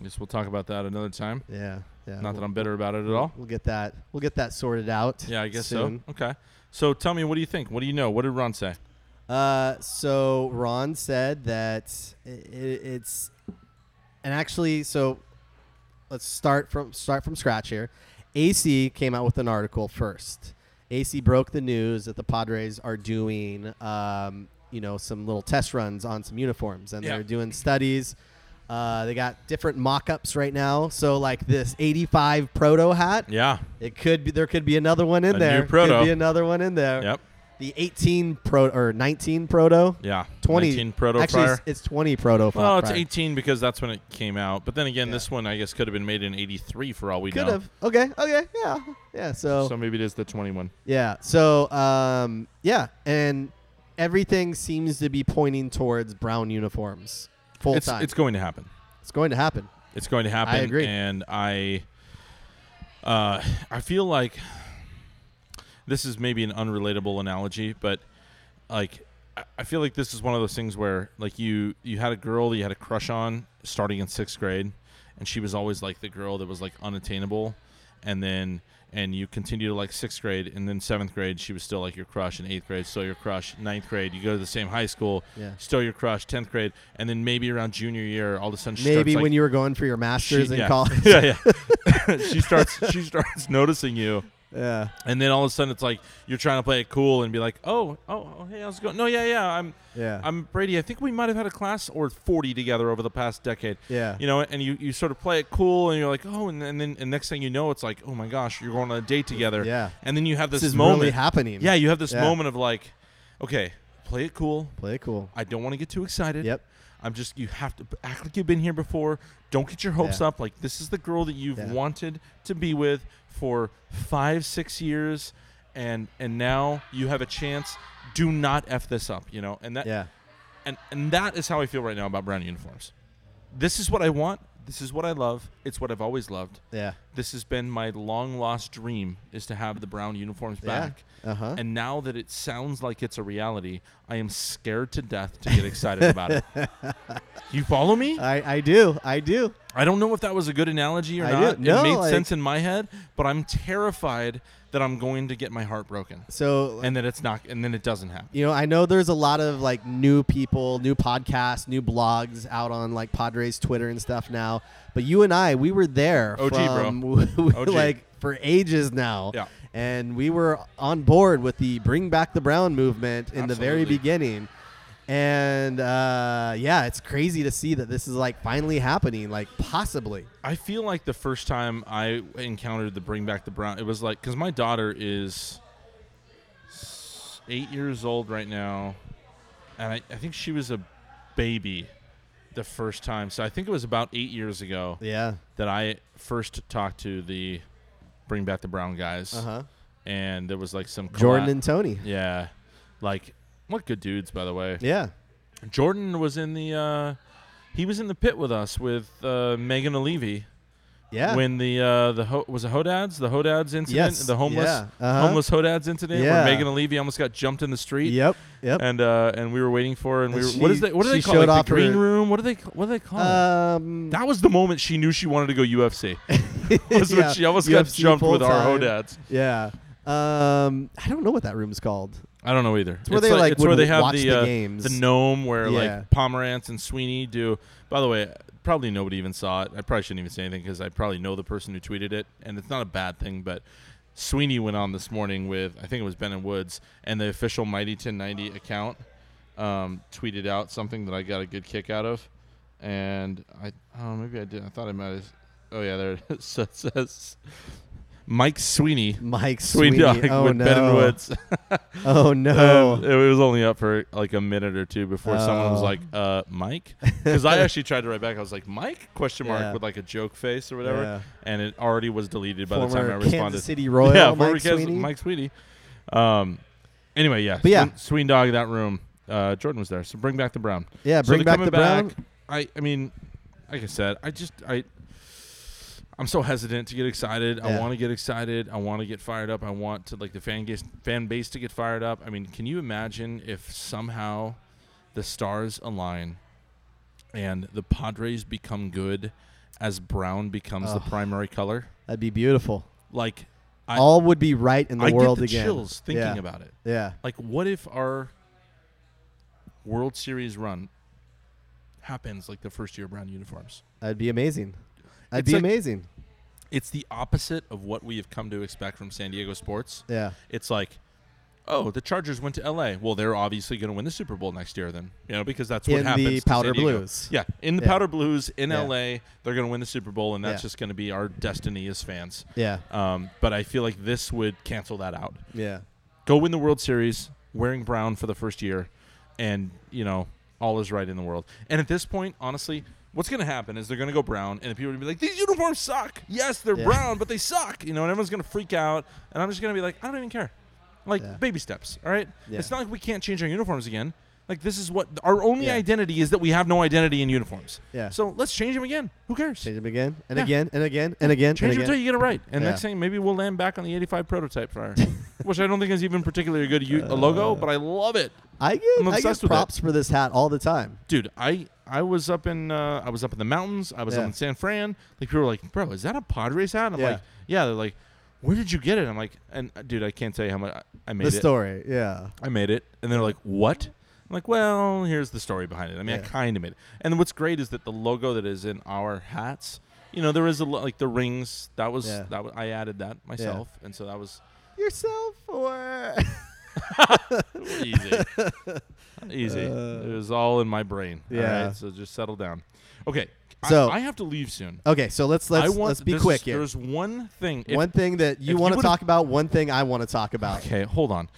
I guess we'll talk about that another time.
Yeah, yeah.
Not
we'll,
that I'm bitter about it
[LAUGHS]
at all.
we'll get that. We'll get that sorted out.
Yeah, I guess
soon.
so. Okay. So tell me, what do you think? What do you know? What did Ron say?
Uh, so Ron said that i i it's, and actually, so let's start from start from scratch here. AC came out with an article first. AC broke the news that the Padres are doing, um, you know, some little test runs on some uniforms, and
Yeah.
they're doing studies. Uh, they got different mock-ups right now. So like this 85 proto hat,
Yeah.
it could be there could be another one in
A
there.
new proto.
Could be another one in there.
Yep.
The 18 pro or 19 proto.
Yeah.
20
19 proto
actually
fryer.
It's, it's 20 proto fri-
Well, it's
fryer.
18 because that's when it came out. But then again,
Yeah.
this one I guess could have been made in 83 for all we
could
know.
have okay okay yeah yeah so,
So maybe it is the 21.
yeah so um yeah and everything seems to be pointing towards brown uniforms full
It's
time
it's going to happen.
It's going to happen
It's going to happen.
I agree.
And I, uh, I feel like this is maybe an unrelatable analogy, but like I- I feel like this is one of those things where like you you had a girl that you had a crush on starting in sixth grade, and she was always like the girl that was like unattainable, and then and you continue to like sixth grade, and then seventh grade she was still like your crush, and eighth grade still your crush, ninth grade you go to the same high school,
Yeah.
still your crush, tenth grade, and then maybe around junior year all of a sudden she
maybe
starts, like,
when you were going for your masters in
yeah.
college
[LAUGHS] Yeah, yeah. [LAUGHS] she starts she starts noticing you,
yeah
and then all of a sudden it's like you're trying to play it cool and be like, oh, oh, oh hey, how's it going? No, yeah, yeah, I'm
yeah
I'm Brady. I think we might have had a class or 40 together over the past decade.
yeah
You know, and you, you sort of play it cool, and you're like, oh, and, and then and next thing you know, it's like, oh my gosh, you're going on a date together.
Yeah.
And then you have this,
this is
moment.
really happening
yeah, you have this
Yeah.
moment of like, okay, play it cool.
play it cool
I don't want to get too excited.
Yep.
I'm just you have to act like you've been here before. Don't get your hopes
Yeah.
up. Like this is the girl that you've
Yeah.
wanted to be with for five, six years, and and now you have a chance. Do not f this up, you know. And that
yeah
and and that is how I feel right now about brown uniforms. This is what I want. This is what I love. It's what I've always loved.
yeah
This has been my long lost dream is to have the brown uniforms back.
yeah uh-huh
And now that it sounds like it's a reality, I am scared to death to get excited
[LAUGHS]
about it. You follow me?
I, I do I do
I don't know if that was a good analogy or
I
not.
do- no,
it made
like-
sense in my head, but I'm terrified that I'm going to get my heart broken
so
and that it's not and then it doesn't happen.
You know, I know there's a lot of like new people, new podcasts, new blogs out on like Padres Twitter and stuff now. But you and I, we were there
OG,
from [LAUGHS]
OG.
like for ages now.
Yeah.
And we were on board with the Bring Back the Brown movement in the very
Absolutely.
beginning. And uh, yeah, it's crazy to see that this is like finally happening, like possibly.
I feel like the first time I encountered the bring back the brown, it was like cuz my daughter is s- 8 years old right now and I, I think she was a baby the first time. So I think it was about 8 years ago.
Yeah.
that I first talked to the Bring Back the Brown guys,
Uh huh.
and there was like some collab-
Jordan and Tony.
yeah, like what good dudes by the way.
Yeah.
Jordan was in the uh, he was in the pit with us with uh, Megan Levy
Yeah.
when the uh, the ho- was it Hodads the Hodads incident
Yes,
the homeless
yeah, uh-huh.
homeless Hodads incident
Yeah.
where Megan Levy almost got jumped in the street.
Yep. Yep.
And uh, and we were waiting for her and,
And
we were, what is
she-
that what do
she
they call
showed
it? Like
off her- Uh,
the green room what do they what do they call it?
um,
That was the moment she knew she wanted to go UFC. [LAUGHS]
[LAUGHS]
was
Yeah,
when she almost got
UFC
jumped with our
full-time.
dads.
Yeah. Um, I don't know what that room's called.
I don't know either. It's
where they, like,
it's where
would
they have
watch
the,
the
uh,
games.
the gnome where
Yeah.
like Pomerantz and Sweeney do. By the way, probably nobody even saw it. I probably shouldn't even say anything because I probably know the person who tweeted it, and it's not a bad thing. But Sweeney went on this morning with I think it was Ben and Woods and the official Mighty 1090 account um, tweeted out something that I got a good kick out of, and I oh maybe I did I thought I might have oh yeah there it is. [LAUGHS] So it says Mike Sweeney.
Mike
[LAUGHS] Sweeney
Sweeney.
Dog
oh
with
no.
Ben and Woods.
Oh no.
Um, it was only up for like a minute or two before someone was
Oh.
like, "Uh,
[LAUGHS]
Mike," because I actually tried to write back. I was like, "Mike?" Question mark
Yeah.
with like a joke face or whatever,
Yeah.
and it already was deleted by
Former
the time I responded. [LAUGHS]
Kansas City Royal.
yeah, former
Mike
Kansas-
Sweeney.
Mike Sweeney. Um, anyway, yeah,
But yeah.
Sween, Sween Dog that room. Uh, Jordan was there, so bring back the brown.
yeah,
So
Uh, bring
they're
back
coming
the brown.
I, I mean, like I said, I just I. I'm so hesitant to get excited. I
Yeah.
want to get excited. I want to get fired up. I want to like the fan base, fan base to get fired up. I mean, can you imagine if somehow the stars align and the Padres become good as brown becomes the
Ugh.
primary color?
That'd be beautiful.
Like I-
All would be right in the
I
world
get the
again.
chills thinking
yeah.
about it.
Yeah.
Like, what if our World Series run happens like the first year of brown uniforms?
That'd be amazing. That'd be
It's like-
amazing.
it's the opposite of what we have come to expect from San Diego sports.
Yeah.
It's like, oh, the Chargers went to LA. Well, they're obviously going to win the Super Bowl next year, then, you know, because that's what
In the
happens. to
powder
San Diego.
blues.
Yeah, in the
Yeah.
powder blues in
Yeah.
LA, they're going to win the Super Bowl, and that's
Yeah.
just going to be our destiny as fans.
Yeah.
Um, but I feel like this would cancel that out.
Yeah.
Go win the World Series wearing brown for the first year, and you know all is right in the world. And at this point, honestly. What's going to happen is they're going to go brown, and the people are going to be like, "These uniforms suck." Yes, they're
Yeah.
brown, but they suck. You know, and everyone's going to freak out, and I'm just going to be like, "I don't even care." Like
Yeah.
baby steps. All right,
Yeah.
it's not like we can't change our uniforms again. Like this is what our only
Yeah.
identity is that we have no identity in uniforms.
Yeah.
So let's change them again. Who cares?
Change them again and
Yeah.
again and again and again
Change
and
it
again.
until you get it right. And
Yeah.
next thing, maybe we'll land back on the 85
[LAUGHS]
prototype fire, which I don't think is even particularly a good u- a logo, but I love it.
I get,
I'm
I
obsessed
get
with it.
props for this hat all the time.
Dude, I I was up in uh, I was up in the mountains. I was up
Yeah.
in San Fran. Like people were like, "Bro, is that a Padres hat?" I'm
Yeah.
like, "Yeah." They're like, "Where did you get it?" I'm like, "And uh, dude, I can't tell you how much I, I made
the
it.
story. Yeah.
I made it." And they're like, "What?" I'm like, "Well, here's the story behind it. I mean, I
Yeah.
kind of made it." And what's great is that the logo that is in our hats, you know, there is a lo- like the rings. That was
Yeah.
that w- I added that myself, and so that was
Yourself or [LAUGHS]
Easy. [LAUGHS] Easy. it was all in my brain. All
Uh, yeah.
right, so just settle down. Okay.
So-
I, I have to leave soon.
Okay, so let's let's
I want,
let's be
this-
quick here.
There's one thing. if-
one thing that
if
you
you
want to
would've-
talk about, one thing I want to talk about.
okay, hold on.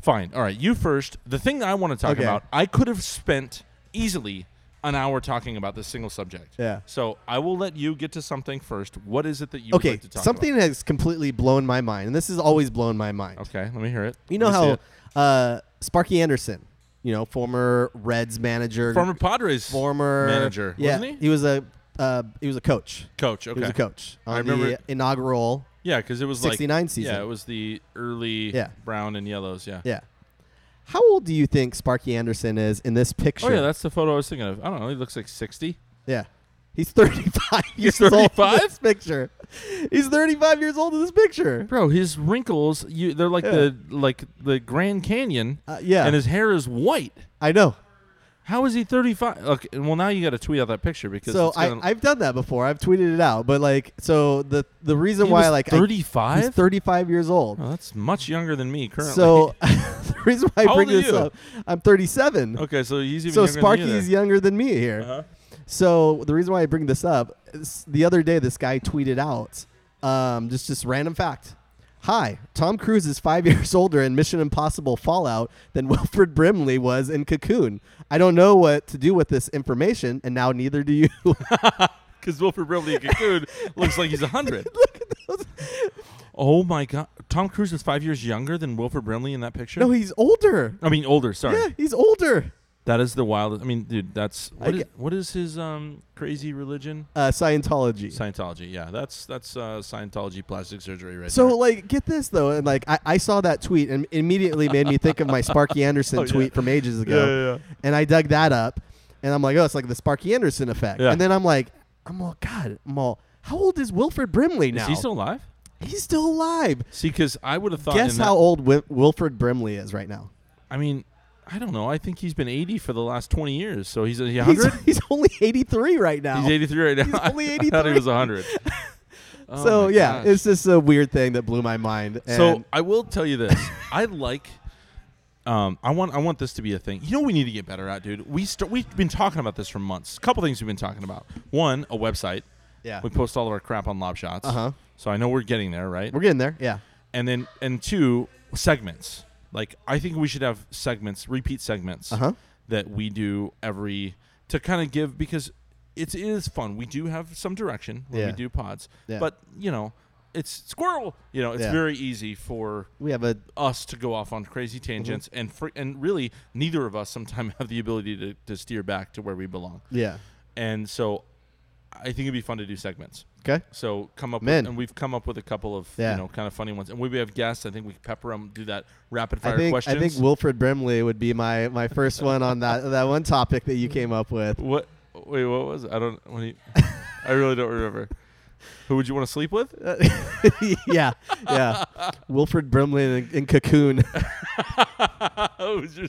Fine. All right. You first. The thing that I want to talk
Okay.
about, I could have spent easily an hour talking about this single subject.
Yeah.
So I will let you get to something first. What is it that you would
Okay,
like to talk
something has completely blown my mind, and this has always blown my mind.
about? Okay, let me hear it.
You know
Let me see
how uh,
it.
Sparky Anderson, you know, former Reds manager,
former Padres
former-
manager,
yeah,
wasn't he?
was a uh, he was a coach.
coach. Okay.
He was a coach
I
on
remember-
the inaugural.
Yeah, because it was
69
like
season.
Yeah, it was the early
Yeah.
brown and yellows. Yeah.
Yeah, how old do you think Sparky Anderson is in this picture?
Oh yeah, that's the photo I was thinking of. I don't know. He looks like sixty.
Yeah. He's 35 years old in
35?
this picture. He's 35 years old in this picture.
Bro, his wrinkles you they're like
Yeah.
the like the Grand Canyon,
Uh, yeah.
and his hair is white.
I know.
How is he thirty five? Okay, well now you got to tweet out that picture because
So
it's
I,
gonna-
I've done that before. I've tweeted it out, but like, so the the reason
he
why
was
like I-
thirty
he's
five.
35 years old.
Oh, that's much younger than me currently.
so [LAUGHS] the reason why I
How
bring
old are
this
you?
up, I'm 37.
[LAUGHS] okay, so he's even
so
younger
Sparky's
than you
younger than me here.
there. Uh-huh.
So the reason why I bring this up is the other day this guy tweeted out um, just just random fact. Hi, Tom Cruise is five [LAUGHS] years older in Mission Impossible Fallout than [LAUGHS] Wilfred Brimley was in Cocoon. I don't know what to do with this information, and now neither do you. [LAUGHS]
Because Wilfred Brimley in Cocoon looks like
[LAUGHS]
he's 100. Oh my God. Tom Cruise is five years younger than Wilfred Brimley in that picture?
no, he's older.
I mean, older, sorry.
Yeah, he's older.
That is the wildest. I mean, dude, that's.
I
What is,
get-
what is his um crazy religion?
Uh, Scientology.
Scientology. Yeah, that's that's uh, Scientology plastic surgery right
so
there.
like, get this though, and like, I, I saw that tweet and immediately made me think of my
[LAUGHS]
Sparky Anderson
Oh, yeah.
tweet from ages ago. and I dug that up, and I'm like, oh, it's like the Sparky Anderson effect.
Yeah.
And then I'm like, I'm all, God, I'm all, How old is Wilfred Brimley now?
Is he still alive?
He's still alive.
See, because I would have thought.
Guess
in that-
how old Wi- Wilfred Brimley is right now.
I mean, I don't know. I think he's been 80 for the last 20 years. So he's
He's,
100.
he's only 83 right [LAUGHS] now.
He's 83 right now.
He's only
[LAUGHS] I thought he
83.
was 100. Oh
so
my
yeah,
gosh.
it's just a weird thing that blew my mind.
so
And
I will tell you this. I like. Um, I want I want this to be a thing. You know, what we need to get better at, dude. We start. We've been talking about this for months. A couple things we've been talking about. One, a website.
yeah,
We post all of our crap on Lob Shots.
Uh-huh.
So I know we're getting there, right?
we're getting there. Yeah.
and then and two segments. Like I think we should have segments, repeat segments
Uh huh.
that we do every to kind of give because it's it is fun. We do have some direction when we
Yeah.
do pods,
Yeah.
but you know it's squirrel. You know it's
Yeah.
very easy for
We have a
us to go off on crazy
Mm-hmm.
tangents and fr- and really neither of us sometimes [LAUGHS] have the ability to, to steer back to where we belong.
yeah.
And so I think it'd be fun to do segments.
Okay.
So come up
Man.
with, and we've come up with a couple of
Yeah.
you know kind of funny ones, and we have guests. I think we can pepper them, do that rapid fire
I think
questions.
I think Wilfred Brimley would be my my first one on that that one topic that you came up with.
what? Wait, what was? it? I don't.
[LAUGHS]
When he, I really don't remember. Who would you want to sleep with? [LAUGHS]
Uh, [LAUGHS] yeah, yeah. Wilfred Brimley in, in
[LAUGHS]
Cocoon. [LAUGHS]
Who's your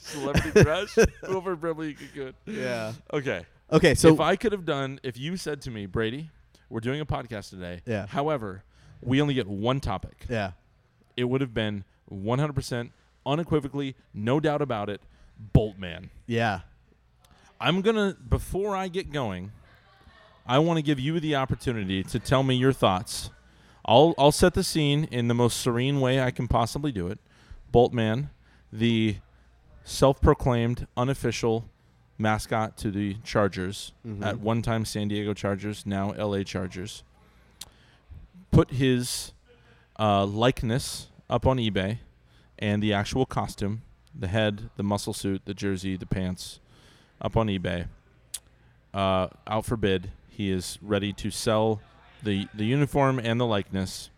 [LAUGHS]
celebrity crush? Wilbur Brimley Cocoon.
Yeah.
Okay.
Okay,
So
so
if I could have done, if you said to me, Brady, we're doing a podcast today.
Yeah.
However, we only get one topic.
yeah,
It would have been 100% unequivocally, no doubt about it, Boltman.
yeah.
I'm gonna before I get going, I want to give you the opportunity to tell me your thoughts. I'll I'll set the scene in the most serene way I can possibly do it. Boltman, the self-proclaimed unofficial mascot to the Chargers,
Mhm.
at one time San Diego Chargers, now LA Chargers, put his uh, likeness up on eBay and the actual costume, the head, the muscle suit, the jersey, the pants, up on eBay. Uh, out for bid. He is ready to sell the the uniform and the likeness.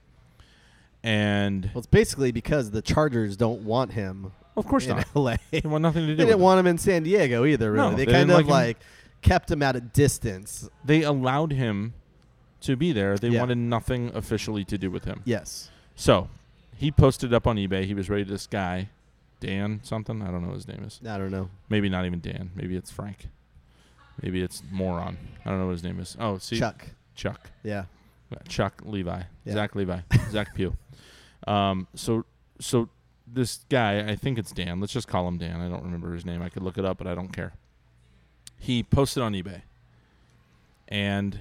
And
Well, it's basically because the Chargers don't want him
of course
in [LAUGHS]
[LAUGHS] not.
LA.
He want nothing to
They
do.
didn't
with it.
want him in San Diego either. Really,
No,
they,
they
kind
didn't
of
like
like kept him at a distance.
They allowed him to be there. They
Yeah.
wanted nothing officially to do with him.
Yes.
So he posted up on eBay. He was ready to this guy, Dan something. I don't know what his name is.
I don't know.
Maybe not even Dan. Maybe it's Frank. Maybe it's Moron. I don't know what his name is. Oh, see
Chuck.
Chuck.
Yeah.
Chuck Levi,
Yeah. [LAUGHS]
Zach Levi, Zach Pugh. Um, so so this guy, I think it's Dan. Let's just call him Dan. I don't remember his name. I could look it up, but I don't care. He posted on eBay, and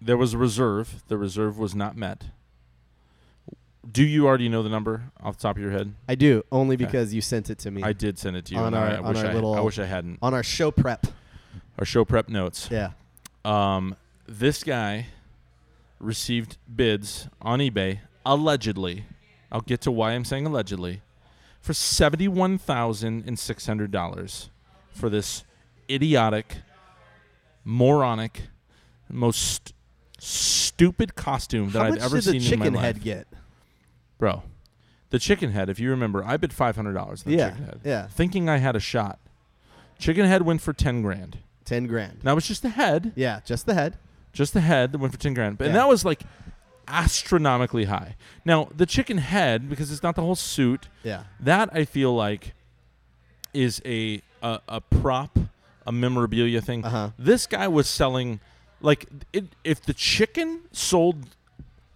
there was a reserve. The reserve was not met. Do you already know the number off the top of your head?
I do only
Okay.
because you sent it to me
I did send it to you.
On
and
our-
I, I
on
wish
our
I,
little-
I wish I hadn't.
on our show prep.
Our show prep notes.
Yeah.
Um, this guy received bids on eBay allegedly. I'll get to why I'm saying allegedly for seventy-one thousand and six hundred dollars for this idiotic, moronic, most stupid costume that
How
I've
much
ever
did the
seen in my
chicken
life,
head get?
bro. The chicken head. If you remember, I bid five hundred dollars. on the
Yeah.
chicken head,
Yeah.
thinking I had a shot. Chicken head went for ten grand.
Ten grand.
Now it's just the head.
Yeah, just the head.
just the head that went for 10 grand and
Yeah.
that was like astronomically high now the chicken head because it's not the whole suit [LAUGHS]
Yeah.
that i feel like is a a, a prop a memorabilia thing
Uh-huh.
this guy was selling like it, if the chicken sold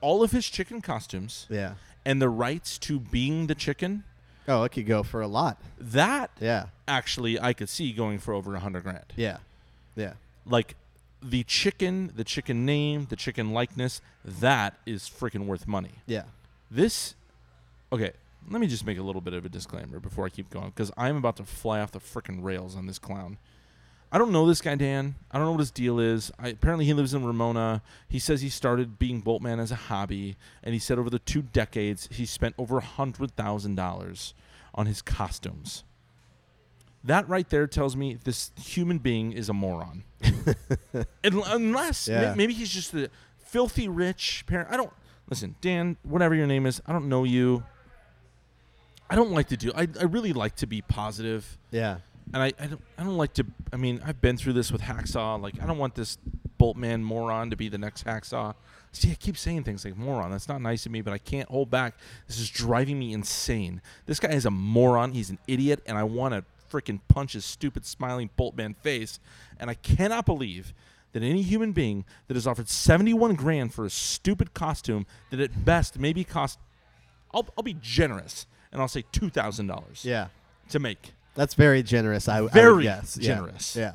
all of his chicken costumes
Yeah.
and the rights to being the chicken
Oh, it could go for a lot.
that
Yeah.
actually i could see going for over 100 grand
Yeah. Yeah.
like the chicken, the chicken name, the chicken likeness, that is freaking worth money.
Yeah.
This, okay, let me just make a little bit of a disclaimer before I keep going because I'm about to fly off the freaking rails on this clown. I don't know this guy, Dan. I don't know what his deal is. I, apparently, he lives in Ramona. He says he started being Boltman as a hobby, and he said over the two decades, he spent over a $100,000 on his costumes. That right there tells me this human being is a moron. Un- Unless may-
Yeah.
maybe he's just a filthy rich parent. I don't listen, Dan. Whatever your name is, I don't know you. I don't like to do. I, I really like to be positive,
Yeah.
and I I don't, I don't like to. I mean, I've been through this with hacksaw. Like, I don't want this Boltman moron to be the next hacksaw. See, I keep saying things like moron. That's not nice of me, but I can't hold back. This is driving me insane. This guy is a moron. He's an idiot, and I want to freaking punch his stupid smiling Boltman face. And I cannot believe that any human being that is offered 71 grand for a stupid costume that at best maybe cost, I'll, I'll be generous and I'll say $2,000
Yeah.
to make,
That's very generous. I, w- I would
Very
guess. Yeah.
generous.
Yeah.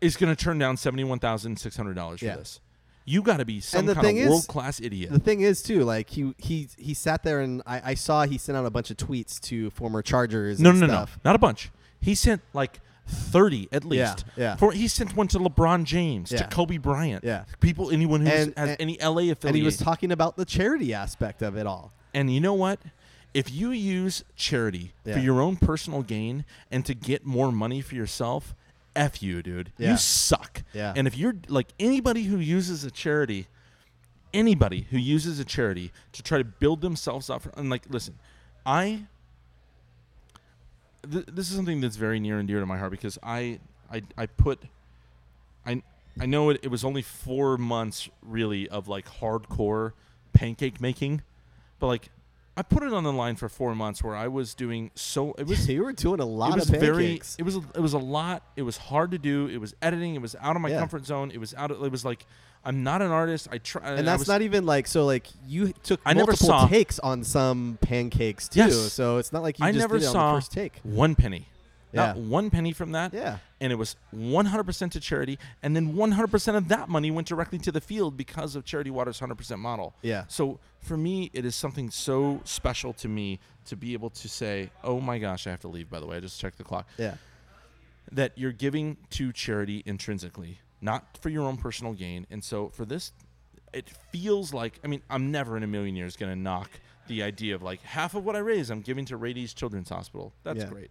is going to turn down $71,600 for
Yeah.
this. You got to be some
And the
kind
thing
of
is-
world class idiot.
The thing is too, like he he he sat there and I, I saw he sent out a bunch of tweets to former Chargers.
No,
and
no, no, no,
stuff.
not a bunch. He sent like thirty at least.
yeah.
For he sent one to LeBron James,
Yeah.
to Kobe Bryant,
Yeah.
people, anyone who has
And- and-
any LA affiliate.
And he was talking about the charity aspect of it all.
And you know what? If you use charity
Yeah.
for your own personal gain and to get more money for yourself, F you, dude.
Yeah.
You suck.
Yeah.
And if you're like anybody who uses a charity, anybody who uses a charity to try to build themselves up, and like, listen, I. Th- this is something that's very near and dear to my heart because I, I, I put I I know it, it was only four months really of like hardcore pancake making, but like I put it on the line for four months where I was doing so it was it
you were doing [LAUGHS] a lot
was
of
very
pancakes.
it was it was a lot it was hard to do it was editing it was out of my
Yeah.
comfort zone it was out of, it was like I'm not an artist I try
and that's not even like so like you took
I never
multiple
saw-
takes on some pancakes too.
Yes.
So it's not like you
I
just
never
did it
saw
on the first take.
one penny not
Yeah.
one penny from that
Yeah.
and it was 100% to charity and then 100% of that money went directly to the field because of charity water's 100% model
Yeah.
so for me it is something so special to me to be able to say oh my gosh i have to leave by the way i just checked the clock
Yeah.
that you're giving to charity intrinsically, not for your own personal gain. And so for this, it feels like I mean, I'm never in a million years going to knock the idea of like half of what I raise, I'm giving to Rady's Children's Hospital. That's
Yeah.
great.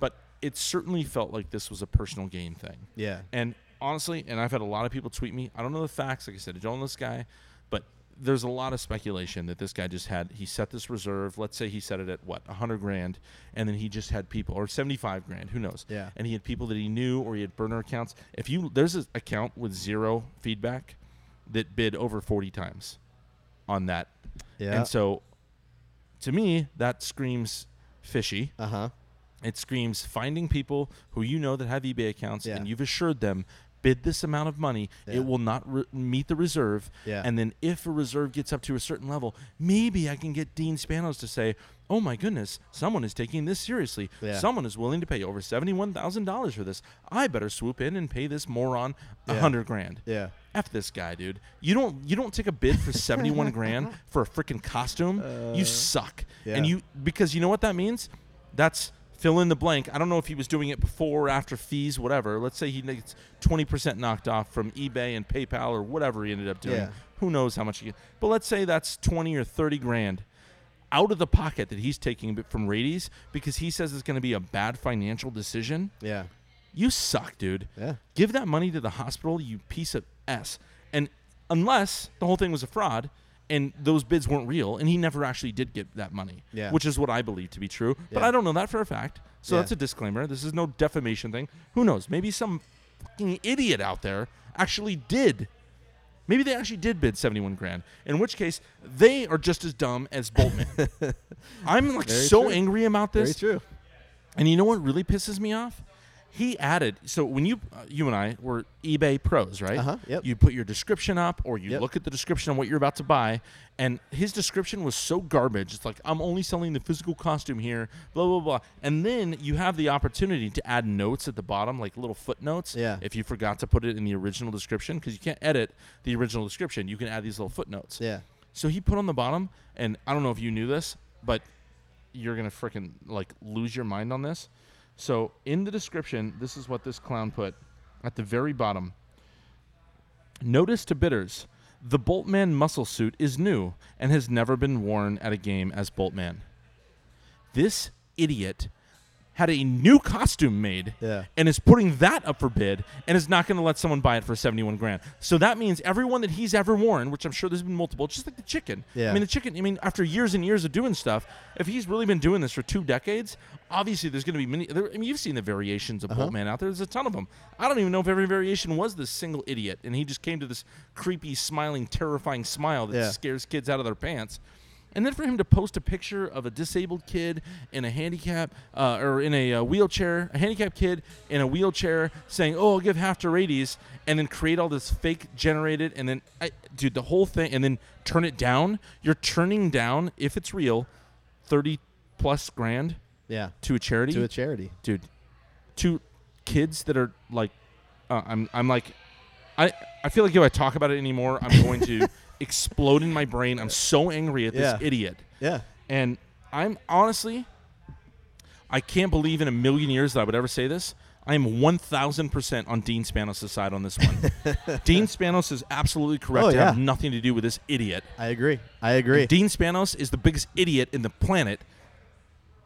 But it certainly felt like this was a personal gain thing.
Yeah.
And honestly, and I've had a lot of people tweet me. I don't know the facts. Like I said, I don't know this guy, but there's a lot of speculation that this guy just had. He set this reserve. Let's say he set it at what, a hundred grand, and then he just had people, or seventy-five grand. Who knows?
Yeah.
And he had people that he knew, or he had burner accounts. If you there's an account with zero feedback that bid over forty times on that,
Yeah.
and so to me that screams fishy.
uh huh.
It screams finding people who you know that have eBay accounts
Yeah.
and you've assured them bid this amount of money
Yeah.
it will not re- meet the reserve
Yeah.
and then if a reserve gets up to a certain level maybe i can get dean spanos to say oh my goodness someone is taking this seriously
Yeah.
someone is willing to pay over $71000 for this i better swoop in and pay this moron a
Yeah.
100 grand
Yeah.
F this guy, dude. You don't you don't take a bid for 71
[LAUGHS]
grand for a freaking costume. you suck.
Uh, yeah.
And you because you know what that means? That's fill in the blank. I don't know if he was doing it before or after fees whatever. Let's say he gets 20% knocked off from eBay and PayPal or whatever he ended up doing.
Yeah.
Who knows how much he But let's say that's 20 or 30 grand out of the pocket that he's taking from Radies because he says it's going to be a bad financial decision.
Yeah.
You suck, dude.
Yeah.
Give that money to the hospital, you piece of S. And unless the whole thing was a fraud and those bids weren't real and he never actually did get that money,
Yeah.
which is what I believe to be true. But
Yeah.
I don't know that for a fact. So
Yeah.
that's a disclaimer. This is no defamation thing. Who knows? Maybe some fucking idiot out there actually did. Maybe they actually did bid 71 grand, in which case they are just as dumb as Boltman.
[LAUGHS]
I'm like
Very
so
true.
angry about this.
Very true.
And you know what really pisses me off? He added. So when you, uh, you and I were eBay pros, right?
Uh-huh, yep.
You put your description up, or you
Yep.
look at the description of what you're about to buy, and his description was so garbage. It's like I'm only selling the physical costume here, blah blah blah. And then you have the opportunity to add notes at the bottom, like little footnotes.
Yeah.
If you forgot to put it in the original description, because you can't edit the original description, you can add these little footnotes.
Yeah.
So he put on the bottom, and I don't know if you knew this, but you're gonna freaking like lose your mind on this. So in the description, this is what this clown put at the very bottom. Notice to bidders: the Boltman muscle suit is new and has never been worn at a game as Boltman. This idiot had a new costume made
Yeah.
and is putting that up for bid and is not going to let someone buy it for 71 grand. So that means everyone that he's ever worn, which I'm sure there's been multiple, just like the chicken.
Yeah.
I mean, the chicken, I mean, after years and years of doing stuff, if he's really been doing this for two decades, obviously there's going to be many. There, I mean, you've seen the variations of Boltman out there. There's a ton of them. I don't even know if every variation was this single idiot. And he just came to this creepy, smiling, terrifying smile that
Yeah.
scares kids out of their pants. And then for him to post a picture of a disabled kid in a handicap uh, or in a uh, wheelchair, a handicapped kid in a wheelchair, saying, "Oh, I'll give half to Radies," and then create all this fake generated, and then, I, dude, the whole thing, and then turn it down. You're turning down, if it's real, thirty plus grand
Yeah.
to a charity,
To a charity.
dude. To kids that are like, uh, I'm, I'm like, I, I feel like if I talk about it anymore, I'm
[LAUGHS]
going to explode in my brain. I'm so angry at this
Yeah.
idiot.
Yeah.
And I'm honestly, I can't believe in a million years that I would ever say this. I am 1,000% on Dean Spanos' side on this
[LAUGHS]
one. Dean Spanos is absolutely correct
Oh,
to have
yeah.
nothing to do with this idiot.
I agree. I agree.
Dean Spanos is the biggest idiot in the planet,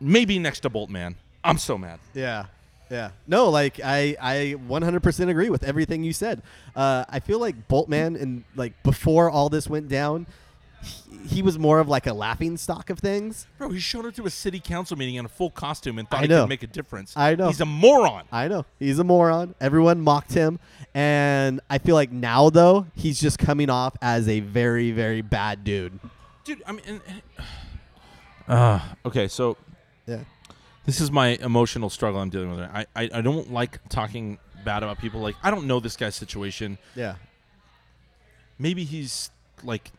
maybe next to Boltman. I'm so mad.
Yeah. Yeah. No, like I, I 100% agree with everything you said. Uh, I feel like Boltman and like before all this went down, he, he was more of like a laughing stock of things.
Bro, he showed up to a city council meeting in a full costume and thought
I
he
know.
could make a difference.
I know.
He's a moron.
I know. He's a moron. Everyone mocked him. And I feel like now though, he's just coming off as a very very bad dude.
Dude, I mean. And, [SIGHS] uh, okay, so
Yeah.
This is my emotional struggle I'm dealing with. I, I, I don't like talking bad about people. Like, I don't know this guy's situation.
Yeah.
Maybe he's like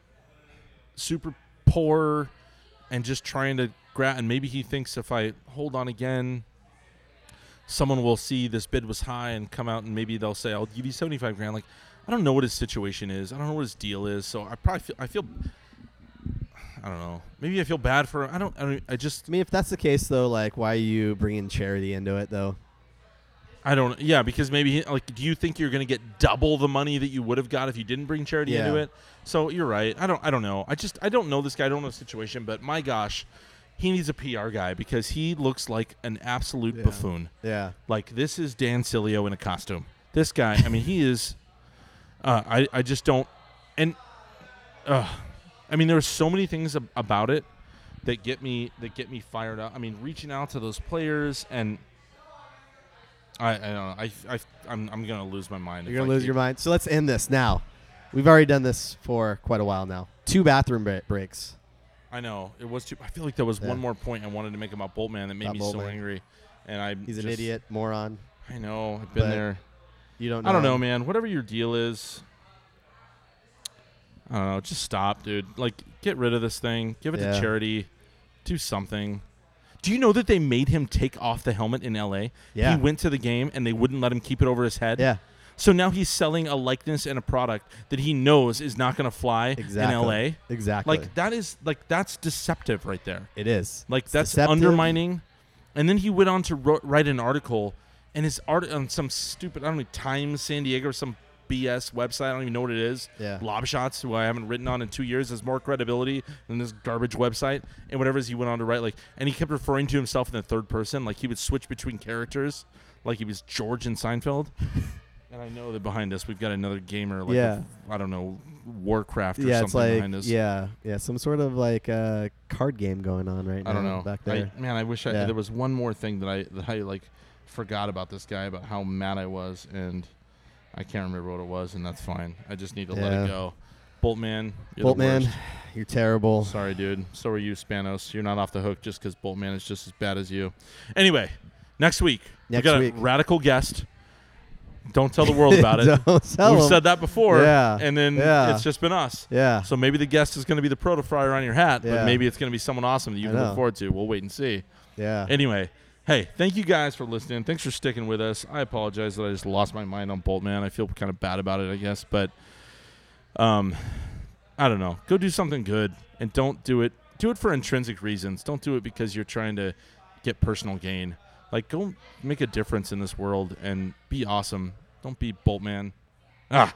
super poor and just trying to grab. And maybe he thinks if I hold on again, someone will see this bid was high and come out and maybe they'll say, I'll give you 75 grand. Like, I don't know what his situation is. I don't know what his deal is. So I probably feel, I feel, I don't know. Maybe I feel bad for him. I don't, I, don't, I just,
I mean, if that's the case though, like why are you bringing charity into it though?
I don't. Yeah, because maybe he- like, do you think you're going to get double the money that you would have got if you didn't bring charity
Yeah.
into it? So you're right. I don't. I don't know. I just. I don't know this guy. I don't know the situation. But my gosh, he needs a PR guy because he looks like an absolute
Yeah.
buffoon.
Yeah.
Like this is Dan Cilio in a costume. This guy. I mean, he is. [LAUGHS] Uh, I. I just don't. And. Uh, I mean, there are so many things ab- about it that get me that get me fired up. I mean, reaching out to those players and I, I don't know. I, I I'm, I'm gonna lose my mind.
You're gonna lose your mind. So let's end this now. We've already done this for quite a while now. Two bathroom bre- breaks.
I know it was too. I feel like there was
Yeah.
one more point I wanted to make about Boltman that made
About
me so
Boltman.
angry, and I
He's an
just-
idiot, moron.
I know. I've been
But
there.
You don't. Know
I don't know,
him.
man. Whatever your deal is, I don't know. Just stop, dude. Like, get rid of this thing. Give it to
Yeah.
charity. Do something. Do you know that they made him take off the helmet in L.A.?
Yeah.
He went to the game and they wouldn't let him keep it over his head.
Yeah.
So now he's selling a likeness and a product that he knows is not going to fly
Exactly.
in L.A.
Exactly.
Like that is like that's deceptive right there.
it is.
Like
It's
that's
deceptive.
undermining. And then he went on to ro- write an article, and his art on some stupid I don't know Times San Diego or some BS website. I don't even know what it is.
Yeah.
Lob shots, who I haven't written on in two years, has more credibility than this garbage website and whatever it is he went on to write. Like, and he kept referring to himself in the third person. Like he would switch between characters, like he was George in Seinfeld.
[LAUGHS]
and I know that behind us we've got another gamer. Like
Yeah.
I I don't know Warcraft or
Yeah, it's
something
like
behind us.
yeah, yeah, some sort of like uh, card game going on right now.
I don't know.
Back there.
I, man, I wish I,
Yeah.
there was one more thing that I that I like forgot about this guy about how mad I was, and I can't remember what it was, and that's fine. I just need to let it
Yeah.
go. Boltman, you're the
Boltman,
worst.
you're terrible.
Sorry, dude. So are you, Spanos. You're not off the hook just because Boltman is just as bad as you. Anyway, next week
Next
we got
week.
a radical guest. Don't tell the world about it.
[LAUGHS] don't tell
We've
him.
said that before,
Yeah.
and then
Yeah.
it's just been us.
yeah.
So maybe the guest is going to be the proto fryer on your hat, but
Yeah.
maybe it's going to be someone awesome that you
I
can look
know.
forward to. We'll wait and see.
Yeah.
Anyway, hey, thank you guys for listening. Thanks for sticking with us. I apologize that I just lost my mind on Boltman. I feel kind of bad about it, I guess, but um, I don't know. Go do something good and don't do it. Do it for intrinsic reasons. Don't do it because you're trying to get personal gain. Like, go make a difference in this world and be awesome. Don't be Boltman. Ah,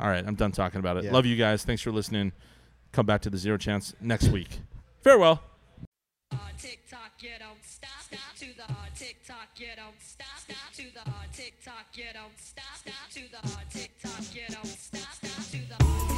all right. I'm done talking about it.
Yeah.
Love you guys. Thanks for listening. Come back to the Zero Chance next week. Farewell.
On TikTok, you don't stop. stop to the TikTok, you don't stop, stop to the TikTok, you don't stop, stop to the TikTok, you don't stop, stop to the